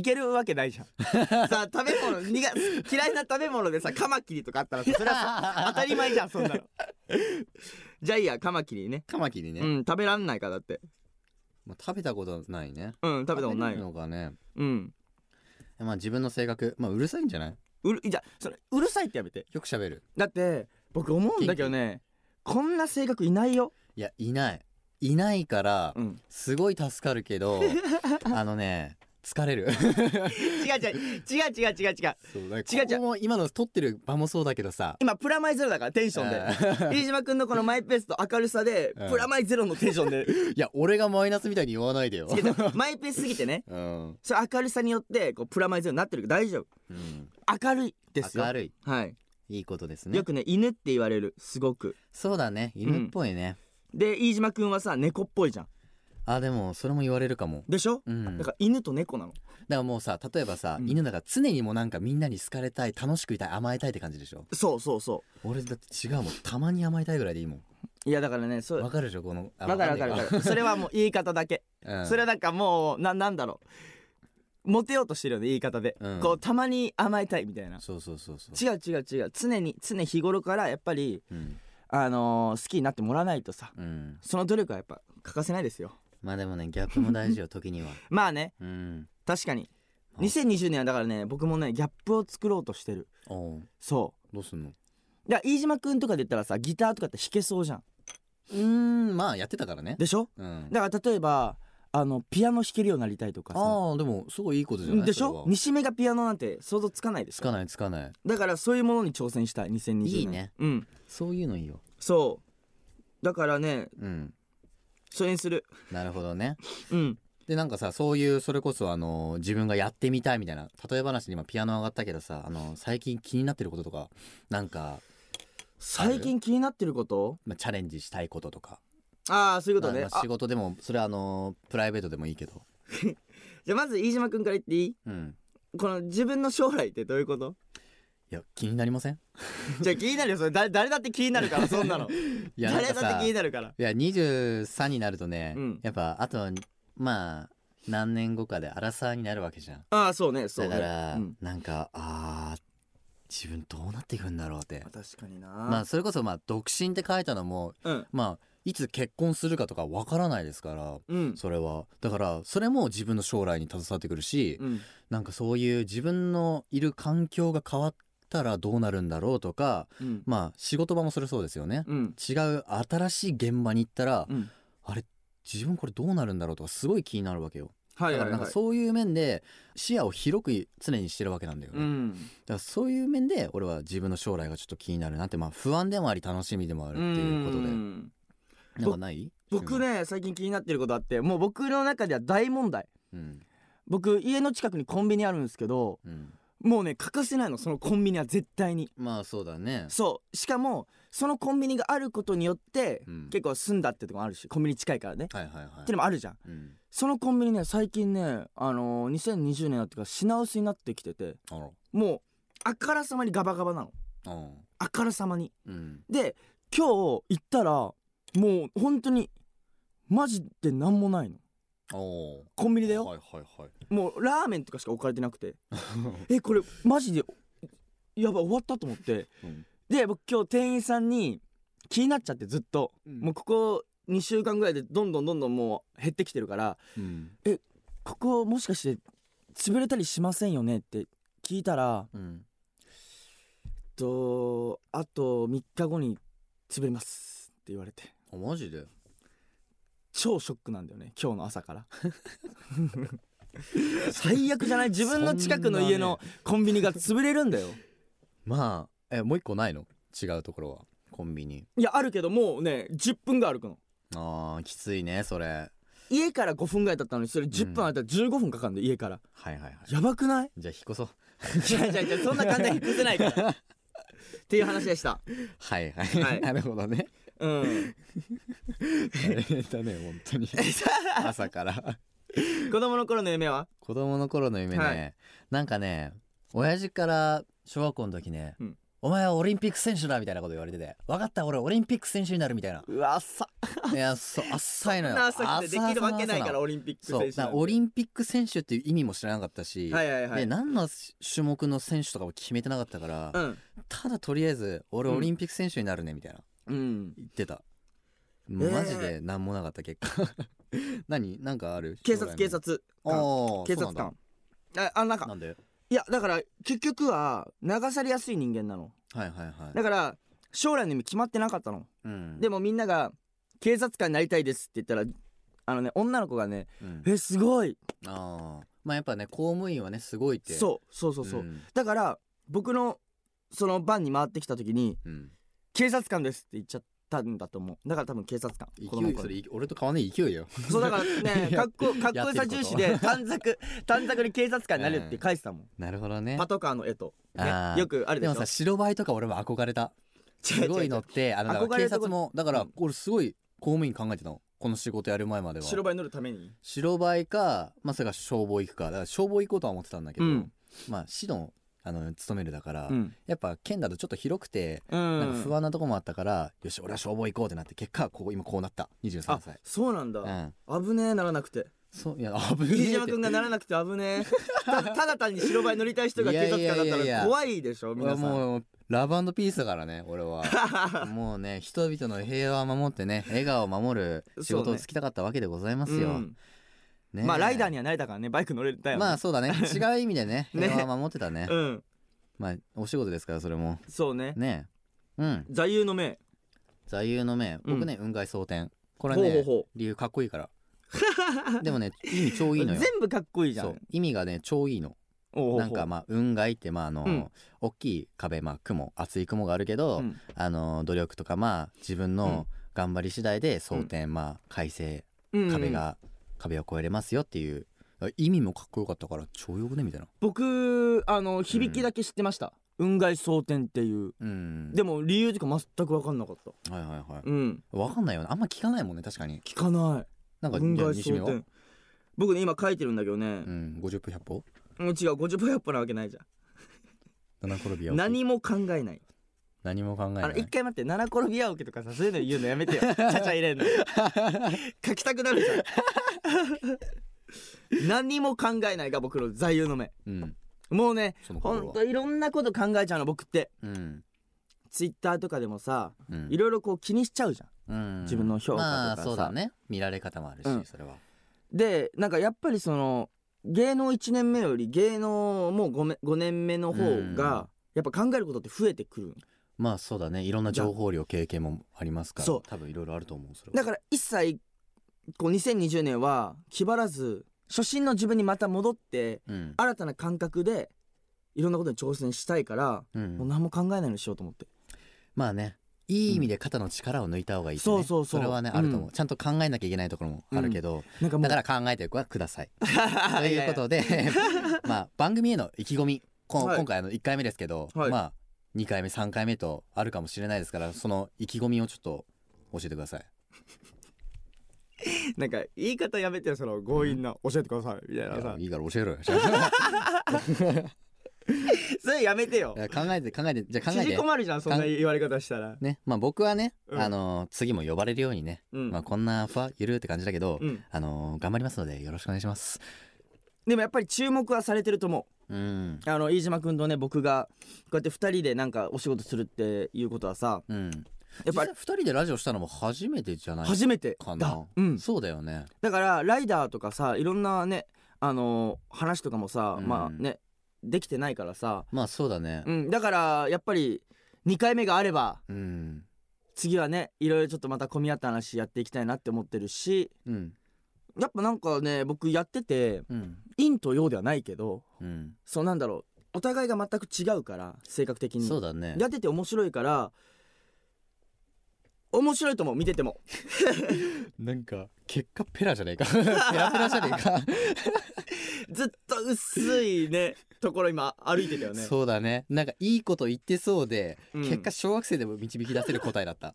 Speaker 2: けるわけないじゃん [laughs] さあ食べ物苦嫌いな食べ物でさカマキリとかあったらさそれはさ当たり前じゃんそんなのじゃあいいやカマキリね
Speaker 1: カマキリね
Speaker 2: うん食べらんないかだって
Speaker 1: まあ食べたことないね
Speaker 2: うん食べたことな
Speaker 1: れ
Speaker 2: い
Speaker 1: る
Speaker 2: よ
Speaker 1: のがね
Speaker 2: うん
Speaker 1: まあ自分の性格まあうるさいんじゃないう
Speaker 2: るじゃあそれうるさいってやめて
Speaker 1: よく喋る
Speaker 2: だって僕思うんだけどねこんな性格いないよ
Speaker 1: いやいないいないから
Speaker 2: うん
Speaker 1: すごい助かるけ
Speaker 2: [laughs]
Speaker 1: どあのね疲れる
Speaker 2: 違う違う違う違う違う違う
Speaker 1: そうだ
Speaker 2: 違う違
Speaker 1: こ
Speaker 2: う
Speaker 1: こも今の撮ってる場もそうだけどさ
Speaker 2: 今プラマイゼロだからテンションで飯島君のこのマイペースと明るさで
Speaker 1: うん
Speaker 2: プラマイゼロのテンションで
Speaker 1: いや俺がマイナスみたいに言わないでよ
Speaker 2: 違う違 [laughs] うマイペースすぎてね
Speaker 1: [laughs] うん、
Speaker 2: それ明るさによってこうプラマイゼロになってるけど大丈夫
Speaker 1: うん、
Speaker 2: 明るいですよ
Speaker 1: 明るい
Speaker 2: はい、
Speaker 1: いいことですね
Speaker 2: よくね犬って言われるすごく
Speaker 1: そうだね犬っぽいね、
Speaker 2: で飯島君はさ猫っぽいじゃん
Speaker 1: あでもそれも言われるかも
Speaker 2: でしょ、
Speaker 1: うん
Speaker 2: だ
Speaker 1: だ
Speaker 2: か
Speaker 1: から
Speaker 2: 犬と猫なの
Speaker 1: らもうさ例えばさ、
Speaker 2: うん
Speaker 1: 犬だから常にもうなんかみんなに好かれたい楽しくいたい甘えたいって感じでしょ
Speaker 2: そうそうそ
Speaker 1: 俺だって違うもんたまに甘えたいぐらいでいいも
Speaker 2: ういやだからねそ
Speaker 1: ん
Speaker 2: う
Speaker 1: わかるでしょこのあ
Speaker 2: わかるわかるわかるそれはもう言い方だけ、
Speaker 1: わかんないか、うん、
Speaker 2: それはなんかもうななんだろうモテようとしてるよね言い方で、
Speaker 1: うん
Speaker 2: こうたまに甘えたいみたいな
Speaker 1: そうそうそうそう
Speaker 2: 違う違う違う常に常日頃からやっぱり
Speaker 1: うん、
Speaker 2: あのー好きになってもらわないとさ
Speaker 1: うん、
Speaker 2: その努力はやっぱ欠かせないですよ
Speaker 1: まあでもねギャップも大
Speaker 2: [laughs]
Speaker 1: 事よ時には
Speaker 2: まあね
Speaker 1: うん
Speaker 2: 確かに
Speaker 1: うん
Speaker 2: 2020年はだからね僕もねギャップを作ろうとしてる
Speaker 1: おう
Speaker 2: そ
Speaker 1: どうすんの
Speaker 2: うだから飯島くんとかで言ったらさギターとかって弾けそうじゃん
Speaker 1: うーんまあやってたからね
Speaker 2: でしょ
Speaker 1: うん
Speaker 2: だから例えばあのピアノ弾けるようになりたいとかさ
Speaker 1: ああでもすごいいいことじゃない
Speaker 2: でし
Speaker 1: それ
Speaker 2: ょ
Speaker 1: は
Speaker 2: 西目がピアノなんて想像つかないでし
Speaker 1: つか
Speaker 2: ょ
Speaker 1: ないつかない
Speaker 2: だからそういうものに挑戦したい2020年
Speaker 1: いいね
Speaker 2: うん
Speaker 1: そういうのいいよ
Speaker 2: そうだからね
Speaker 1: うん
Speaker 2: それにする
Speaker 1: なるほどね
Speaker 2: うん
Speaker 1: でなんかさそういうそれこそあの自分がやってみたいみたいな例え話で今ピアノ上がったけどさあの最近気になってることとかなんか、
Speaker 2: 最近気になってること
Speaker 1: まあ、チャレンジしたいこととか
Speaker 2: ああそういうことね
Speaker 1: まあまあ
Speaker 2: あ
Speaker 1: 仕事でもそれはあのプライベートでもいいけど
Speaker 2: じゃあまず飯島くんから言っていい
Speaker 1: うん
Speaker 2: この自分の将来ってどういうこと
Speaker 1: いや気になりません
Speaker 2: じゃあ気になるよそれ誰誰だって気になるからそんな [laughs] の
Speaker 1: いやなん
Speaker 2: 誰
Speaker 1: か
Speaker 2: だっ
Speaker 1: さ
Speaker 2: て気になるから
Speaker 1: いや23になるとね、
Speaker 2: うん
Speaker 1: やっぱあとまあ何年後かでアラサーになるわけじゃん
Speaker 2: ああそうねそう
Speaker 1: だ
Speaker 2: ね
Speaker 1: から、
Speaker 2: うん
Speaker 1: なんかあー自分どうなっていくんだろうって
Speaker 2: まあ確かにな
Speaker 1: まあそれこそまあ独身って書いたのも
Speaker 2: うん
Speaker 1: まあいつ結婚するかとかわからないですから
Speaker 2: うん
Speaker 1: それはだからそれも自分の将来に携わってくるし、
Speaker 2: うん
Speaker 1: なんかそういう自分のいる環境が変わったらどうなるんだろうとか
Speaker 2: うん
Speaker 1: まあ仕事場もそれそうですよね、
Speaker 2: うん
Speaker 1: 違う新しい現場に行ったら、
Speaker 2: うん
Speaker 1: あれ自分これどうなるんだろうとかすごい気になるわけよ
Speaker 2: は
Speaker 1: だ
Speaker 2: い
Speaker 1: か
Speaker 2: はい
Speaker 1: らな
Speaker 2: は
Speaker 1: ん
Speaker 2: い
Speaker 1: かそういう面で視野を広く常にしてるわけなんだよね、
Speaker 2: う
Speaker 1: だ
Speaker 2: ん
Speaker 1: からそういう面で俺は自分の将来がちょっと気になるなってまあ不安でもあり楽しみでもあるっていうことで
Speaker 2: うん
Speaker 1: なんかない
Speaker 2: 僕、ね最近気になってることあってもう僕の中では大問題
Speaker 1: うん
Speaker 2: 僕家の近くにコンビニあるんですけど
Speaker 1: うん、
Speaker 2: もうね欠かせないのそのコンビニは絶対に
Speaker 1: まあそうだね
Speaker 2: そうしかもそのコンビニがあることによって、
Speaker 1: うん
Speaker 2: 結構住んだってとこもあるしコンビニ近いからね、っ
Speaker 1: はいはいはい
Speaker 2: てのもあるじゃん
Speaker 1: うん、
Speaker 2: そのコンビニね最近ねあのー、2020年になってから品薄になってきてて
Speaker 1: あら
Speaker 2: もうあからさまにガバガバなの
Speaker 1: うん
Speaker 2: あからさまに
Speaker 1: うん
Speaker 2: で今日行ったらもう本当にマジで何もないの
Speaker 1: おお
Speaker 2: コンビニだよ、
Speaker 1: はいはいはい
Speaker 2: もうラーメンとかしか置かれてなくてえこれマジでやばい終わったと思って、
Speaker 1: うん
Speaker 2: で僕今日店員さんに気になっちゃってずっと、
Speaker 1: うん
Speaker 2: もうここ2週間ぐらいでどんどんどんどんもう減ってきてるから
Speaker 1: うん
Speaker 2: ここもしかして潰れたりしませんよねって聞いたら
Speaker 1: うん
Speaker 2: えっとあと3日後に潰れますって言われて
Speaker 1: あマジで
Speaker 2: 超ショックなんだよね今日の朝から最悪じゃ [laughs] ない自分の近くの家のコンビニが潰れるんだよ
Speaker 1: まあえもう一個ないの違うところはコンビニ
Speaker 2: [laughs] いやあるけどもうね10分が歩くの
Speaker 1: あーきついねそれはい
Speaker 2: 家から5分ぐらいだったのにそれ10分あったら15分かかるんだよ家から
Speaker 1: はいはい
Speaker 2: やばくない
Speaker 1: じゃあ引っ越そう
Speaker 2: いやいやいやそんな簡単に崩せない [laughs] からっていう話でした
Speaker 1: はいはい、
Speaker 2: は
Speaker 1: [laughs]
Speaker 2: い
Speaker 1: なるほどね
Speaker 2: [laughs] うん
Speaker 1: 大変だね本当に [laughs] 朝から
Speaker 2: 子供の頃の夢は
Speaker 1: 子供の頃の夢ね、
Speaker 2: はい
Speaker 1: なんかね親父から小学校の時ね、
Speaker 2: うん
Speaker 1: お前はオリンピック選手だみたいなこと言われてて分かった俺オリンピック選手になるみ
Speaker 2: [laughs]
Speaker 1: たいな
Speaker 2: うわさ
Speaker 1: いやそう浅いのよ
Speaker 2: な朝来てできるわけないから
Speaker 1: 浅々
Speaker 2: オリンピック
Speaker 1: そう
Speaker 2: 選
Speaker 1: だ
Speaker 2: 手な
Speaker 1: か
Speaker 2: ん
Speaker 1: ら
Speaker 2: て
Speaker 1: オリンピック選手っていう意味も知らなかったし、
Speaker 2: はいはいはい
Speaker 1: で何の種目の選手とかも決めてなかったから、
Speaker 2: うん
Speaker 1: ただとりあえず俺
Speaker 2: うん
Speaker 1: オリンピック選手になるねみたいな
Speaker 2: うん
Speaker 1: 言ってた、
Speaker 2: えー
Speaker 1: マジで何もなかった結果 [laughs] 何なんかある
Speaker 2: 警察警察
Speaker 1: あ
Speaker 2: 官
Speaker 1: ー
Speaker 2: 警察
Speaker 1: そうなん
Speaker 2: 官ああなん
Speaker 1: だ
Speaker 2: か
Speaker 1: なんで
Speaker 2: いやだから結局は流されやすい人間なの
Speaker 1: はいはいはい
Speaker 2: だから将来の夢決まってなかったの
Speaker 1: うん
Speaker 2: でもみんなが警察官になりたいですって言ったらあのね女の子がね
Speaker 1: うん
Speaker 2: えすごい
Speaker 1: ああまあやっぱね公務員はねすごいって
Speaker 2: そうそうそうそう、
Speaker 1: ん
Speaker 2: だから僕のその番に回ってきた時に
Speaker 1: うん
Speaker 2: 警察官ですって言っちゃったんだと思うだから多分警察官子
Speaker 1: 勢
Speaker 2: 供
Speaker 1: いそ
Speaker 2: の頃
Speaker 1: れい俺と変わんない勢いよ
Speaker 2: そうだから
Speaker 1: [laughs]
Speaker 2: ねかっこかっこよさ重視で短冊短冊に警察官に [laughs] なれるって書いてたもん、
Speaker 1: なるほ [laughs] どね
Speaker 2: パトカーの絵と、
Speaker 1: あ
Speaker 2: ね、
Speaker 1: ー
Speaker 2: よくあるで
Speaker 1: で
Speaker 2: しょ
Speaker 1: もさ白バイとか俺も憧れた
Speaker 2: [laughs] 違う違う違
Speaker 1: す
Speaker 2: う
Speaker 1: ごいのってあのだか
Speaker 2: 憧
Speaker 1: ら
Speaker 2: れ
Speaker 1: 警
Speaker 2: るとこ
Speaker 1: 察もだか
Speaker 2: う
Speaker 1: ら
Speaker 2: ん
Speaker 1: 俺すごい公務員考えてたのこの仕事やる前までは
Speaker 2: 白バイ乗るために
Speaker 1: 白バイかまさか消防行くかだから消防行こうとは思ってたんだけど、
Speaker 2: うん
Speaker 1: まあ市のあの勤めるだから、
Speaker 2: ん、
Speaker 1: やっぱ県だとちょっと広くて、
Speaker 2: うん、
Speaker 1: なんか不安なとこもあったからよし俺は消防行こうってなって結果こう今こうなった23
Speaker 2: あ
Speaker 1: 歳
Speaker 2: そうなんだ、
Speaker 1: うん
Speaker 2: 危ねえならな
Speaker 1: [laughs]
Speaker 2: くて
Speaker 1: そうい
Speaker 2: [laughs]
Speaker 1: や危ねえって
Speaker 2: 飯島君がならなくて危ねえた [laughs] ただ単に白バイ乗りたい人が警察官だ
Speaker 1: いや
Speaker 2: っ
Speaker 1: いやい
Speaker 2: た
Speaker 1: やい
Speaker 2: ら
Speaker 1: や
Speaker 2: 怖いでしょ皆さん
Speaker 1: 俺はもうラブピースだからね俺は
Speaker 2: [laughs]
Speaker 1: もうね人々の平和を守ってね笑顔を守る仕事
Speaker 2: そう
Speaker 1: を
Speaker 2: ね
Speaker 1: つきたかったわけでございますよ、
Speaker 2: うん
Speaker 1: ねえ
Speaker 2: まあライダーにはなれたからねバイク乗れたよね、
Speaker 1: まあそうだね違う意味でね
Speaker 2: [laughs] ね
Speaker 1: 平和は守ってたね
Speaker 2: うん
Speaker 1: まあお仕事ですからそれも
Speaker 2: そうね
Speaker 1: ねえうん
Speaker 2: 座右の銘
Speaker 1: 座右の銘
Speaker 2: うん
Speaker 1: 僕ね、雲海蒼天これ
Speaker 2: ほ
Speaker 1: ね
Speaker 2: うほうほ
Speaker 1: 理由かっこいい
Speaker 2: [laughs]
Speaker 1: からでもね意味超いいのよ
Speaker 2: 全部かっこいいじゃん
Speaker 1: そう意味がね超いいの
Speaker 2: おうおうおう
Speaker 1: なんかまあ雲海ってまああの、
Speaker 2: うん
Speaker 1: 大きい壁まあ雲厚い雲があるけど、
Speaker 2: うん
Speaker 1: あの努力とかまあ自分
Speaker 2: うん
Speaker 1: の頑張り次第で蒼天、まあ改正
Speaker 2: うん
Speaker 1: 壁が、壁を越えれますよっていう意味もかっこよかったから超よくねみたいな
Speaker 2: 僕あの響きだけ知ってました「雲外蒼天」っていう
Speaker 1: うん
Speaker 2: でも理由とか全く分かんなかった
Speaker 1: はいはいはい
Speaker 2: うん
Speaker 1: わかんないよねあんま聞かないもんね確かに
Speaker 2: 聞かない
Speaker 1: なんか
Speaker 2: 雲
Speaker 1: じゃあ
Speaker 2: 外
Speaker 1: 西目
Speaker 2: 蒼
Speaker 1: は
Speaker 2: 天僕ね今書いてるんだけどね
Speaker 1: う、ん50分100歩
Speaker 2: もう違う50分100歩なわけないじゃん
Speaker 1: 七転びは
Speaker 2: 何も考えない
Speaker 1: 何も考え
Speaker 2: あ
Speaker 1: な
Speaker 2: の
Speaker 1: い
Speaker 2: 一回待って七転び八起きとかさそういうの言うのやめ
Speaker 1: [laughs]
Speaker 2: てよちゃちゃ入れんの書きたくなるじゃん [laughs] 何も考えないが僕の座右の銘
Speaker 1: うん
Speaker 2: もうね
Speaker 1: その
Speaker 2: ほ
Speaker 1: 心
Speaker 2: ん
Speaker 1: は
Speaker 2: といろんなこと考えちゃうの僕って
Speaker 1: うん
Speaker 2: ツイッターとかでもさ
Speaker 1: うん
Speaker 2: いろいろこう気にしちゃうじゃん
Speaker 1: うん
Speaker 2: 自分の評価とかさ
Speaker 1: まあそうだね見られ方もあるし、
Speaker 2: うん
Speaker 1: それは
Speaker 2: でなんかやっぱりその芸能1年目より芸能もう 5, め5年目の方がやっぱ考えることって増えてくる
Speaker 1: まあそうだねいろんな情報量経験もありますから
Speaker 2: そう
Speaker 1: 多分いろいろあると思うそれは
Speaker 2: だから一切こう2020年は気張らず初心の自分にまた戻って
Speaker 1: うん
Speaker 2: 新たな感覚でいろんなことに挑戦したいから、
Speaker 1: うん
Speaker 2: もう何も考えないようにしようと思って
Speaker 1: まあねいい意味で肩の力を抜いた方がいいって
Speaker 2: う
Speaker 1: ね
Speaker 2: んそうそうそう
Speaker 1: れはねあると思う、
Speaker 2: うん
Speaker 1: ちゃんと考えなきゃいけないところもあるけど、
Speaker 2: なんかもう
Speaker 1: だから考えてはくださ
Speaker 2: [laughs]
Speaker 1: い
Speaker 2: ら
Speaker 1: ということで [laughs] まあ番組への意気込みこん
Speaker 2: はい
Speaker 1: 今回あの1回目ですけど、
Speaker 2: はい
Speaker 1: まあ2回目3回目とあるかもしれないですからその意気込みをちょっと教えてください
Speaker 2: なんか言い方やめてよその強引な、教えてくださいみたい
Speaker 1: い
Speaker 2: な
Speaker 1: や
Speaker 2: さ
Speaker 1: いいから教えろ
Speaker 2: [laughs]
Speaker 1: よ
Speaker 2: それやめてよ
Speaker 1: いや考えて考えてじゃあ考え
Speaker 2: 縮
Speaker 1: て
Speaker 2: こまるじゃんそんな言われ方したら
Speaker 1: ねまあ僕はね、
Speaker 2: うん
Speaker 1: あのー次も呼ばれるようにね、
Speaker 2: うん
Speaker 1: まあこんなふわゆるって感じだけど、
Speaker 2: うん
Speaker 1: あのー頑張りますのでよろしくお願いします
Speaker 2: でもやっぱり注目はされてると思
Speaker 1: うん
Speaker 2: うあの飯島君とね僕がこうやって2人でなんかお仕事するっていうことはさ
Speaker 1: うん
Speaker 2: やっぱ
Speaker 1: 実際2人でラジオしたのも初めてじゃない
Speaker 2: 初めて
Speaker 1: か
Speaker 2: だ
Speaker 1: な、
Speaker 2: うん、
Speaker 1: そうだよね
Speaker 2: だからライダーとかさいろんなねあのー話とかもさ、
Speaker 1: うん
Speaker 2: まあねできてないからさ、
Speaker 1: まあそうだね
Speaker 2: うん、だからやっぱり2回目があれば
Speaker 1: うん
Speaker 2: 次はねいろいろちょっとまた混み合った話やっていきたいなって思ってるし
Speaker 1: うん
Speaker 2: やっぱなんかね僕やってて
Speaker 1: うん
Speaker 2: 陰と陽ではないけど
Speaker 1: うん
Speaker 2: そうなんだろうお互いが全く違うから性格的に
Speaker 1: そうだね
Speaker 2: やってて面白いから面白いと思う見てても
Speaker 1: なんか結果ペラじゃねえか [laughs] ペラペラじゃねえ
Speaker 2: [laughs]
Speaker 1: か、
Speaker 2: ずっと薄いねところ今歩いてたよね
Speaker 1: そうだねなんかいいこと言ってそうで、
Speaker 2: うん
Speaker 1: 結果小学生でも導き出せる答えだった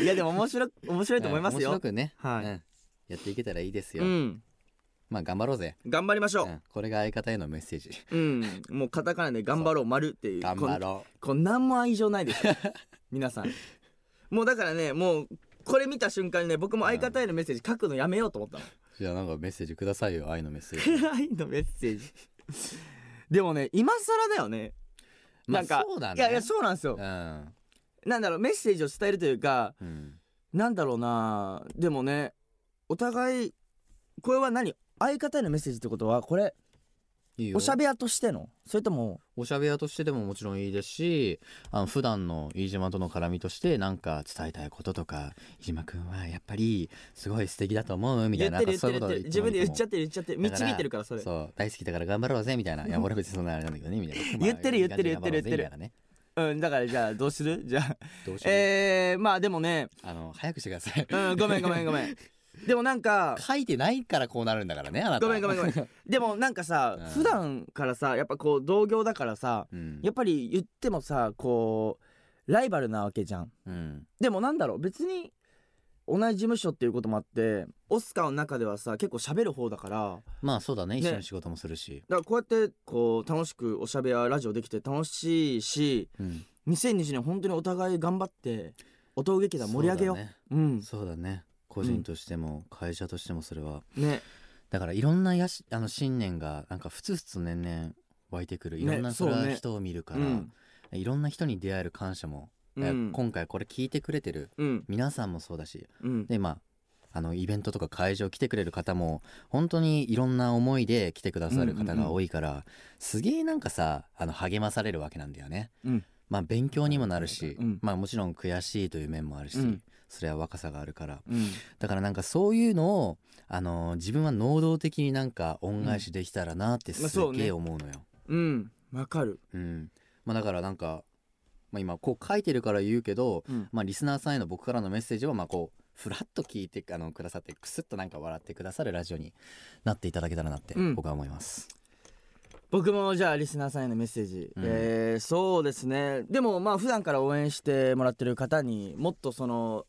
Speaker 2: いやでも面白く面白いと思います
Speaker 1: うん面白
Speaker 2: よ
Speaker 1: くね、
Speaker 2: はい
Speaker 1: うん、やっていけたらいいですよ、
Speaker 2: うん
Speaker 1: まあ頑張ろうぜ、
Speaker 2: 頑張りましょ
Speaker 1: うん、これが相方へのメッセー
Speaker 2: [laughs]
Speaker 1: ジ
Speaker 2: ううんもうカタカナで頑張ろう丸っていう
Speaker 1: 頑
Speaker 2: こん
Speaker 1: 張ろ
Speaker 2: こんなんも愛情な
Speaker 1: [laughs]
Speaker 2: いですよ皆さんもうだからねもうこれ見た瞬間にね僕も相方へのメッセージ書くのやめようと思ったの
Speaker 1: うじゃあなんかメッセージくださいよ愛のメッセージ
Speaker 2: 愛のメッセージでもね今更だよね
Speaker 1: ま
Speaker 2: [laughs] な
Speaker 1: あ
Speaker 2: んか
Speaker 1: そうだね
Speaker 2: いやいやそうなんですよ
Speaker 1: うん
Speaker 2: なんだろうメッセージを伝えるというか
Speaker 1: うん
Speaker 2: なんだろうなでもねお互いこれは何相方へのメッセージってことはこれ
Speaker 1: いいよ
Speaker 2: おしゃべやとしてのそれとも
Speaker 1: おしゃべり屋としてでももちろんいいですしあの普段の飯島との絡みとしてなんか伝えたいこととか飯島くんはやっぱりすごい素敵だと思うみた
Speaker 2: 言
Speaker 1: い
Speaker 2: っ
Speaker 1: な
Speaker 2: て
Speaker 1: な
Speaker 2: る
Speaker 1: ん
Speaker 2: 言
Speaker 1: か
Speaker 2: っ
Speaker 1: そうい
Speaker 2: て
Speaker 1: う
Speaker 2: る
Speaker 1: ことを
Speaker 2: 言ってる自分で言っちゃ
Speaker 1: っ
Speaker 2: ってる言っちゃってる導いてるからそれ
Speaker 1: そう大好きだから頑張ろうぜみたいないや俺別にそんなあれなんだけどねみたいな
Speaker 2: 言ってる言ってる言ってる言ってる
Speaker 1: まあいい感じで頑張ろうぜみたいなね
Speaker 2: うんだからじゃあどうするじゃあ
Speaker 1: どうしよう
Speaker 2: えー、まあでもね
Speaker 1: あの早くしてください
Speaker 2: うんごめんごめん
Speaker 1: [laughs]
Speaker 2: ごめんでもなんか
Speaker 1: 書いてないからこうなるんだからねあなた
Speaker 2: ごめんごめんごめ
Speaker 1: ん [laughs]
Speaker 2: んでもなんかさ、
Speaker 1: うん
Speaker 2: 普段からさやっぱこう同業だからさ
Speaker 1: うん
Speaker 2: やっぱり言ってもさこうライバルなわけじゃん
Speaker 1: うん
Speaker 2: でもなんだろう別に同じ事務所っていうこともあってオスカーの中ではさ結構喋る方だからだか
Speaker 1: まあそうだね
Speaker 2: ね
Speaker 1: 一緒に仕事もするし
Speaker 2: らこうやってこう楽しくおしゃべりやラジオできて楽しいし
Speaker 1: うん
Speaker 2: 2020年本当にお互い頑張って音劇団盛り上げ
Speaker 1: そ
Speaker 2: よう
Speaker 1: うだね
Speaker 2: うん
Speaker 1: そうだね個人としても会社としてもそれは
Speaker 2: ね
Speaker 1: だからいろんなやしあの信念がなんかふつふつと年々湧いてくる
Speaker 2: ね
Speaker 1: いろんなそれ
Speaker 2: そう
Speaker 1: は
Speaker 2: ね
Speaker 1: 人を見るか
Speaker 2: う
Speaker 1: ら、
Speaker 2: ん
Speaker 1: いろんな人に出会える感謝も、
Speaker 2: う
Speaker 1: え
Speaker 2: ん
Speaker 1: 今回これ聞いてくれてる
Speaker 2: うん
Speaker 1: 皆さんもそうだし
Speaker 2: うん
Speaker 1: でまああのイベントとか会場来てくれる方も本当にいろんな思いで来てくださる方が多いから、すげえなんかさあの励まされるわけなんだよね。
Speaker 2: うん
Speaker 1: まあ勉強にもなるし、
Speaker 2: うん
Speaker 1: まあもちろん悔しいという面もあるし、
Speaker 2: うん
Speaker 1: それは若さがあるから
Speaker 2: うん
Speaker 1: だからなんかそういうのを、あのー自分は能動的になんか恩返しできたらなって
Speaker 2: まあ
Speaker 1: す
Speaker 2: そうね
Speaker 1: げえ思うのよ。
Speaker 2: うんわかる
Speaker 1: うんまあ、だからなんか、まあ、今こう書いてるから言うけど、
Speaker 2: うん
Speaker 1: まあ、リスナーさんへの僕からのメッセージはまあこうふらっと聞いてあのくださってクスッとなんか笑ってくださるラジオになっていただけたらなって
Speaker 2: うん
Speaker 1: 僕は思います。
Speaker 2: 僕もじゃあリスナーさんへのメッセージ、
Speaker 1: うん
Speaker 2: えーそうですねでもまあ普段から応援してもらってる方にもっとその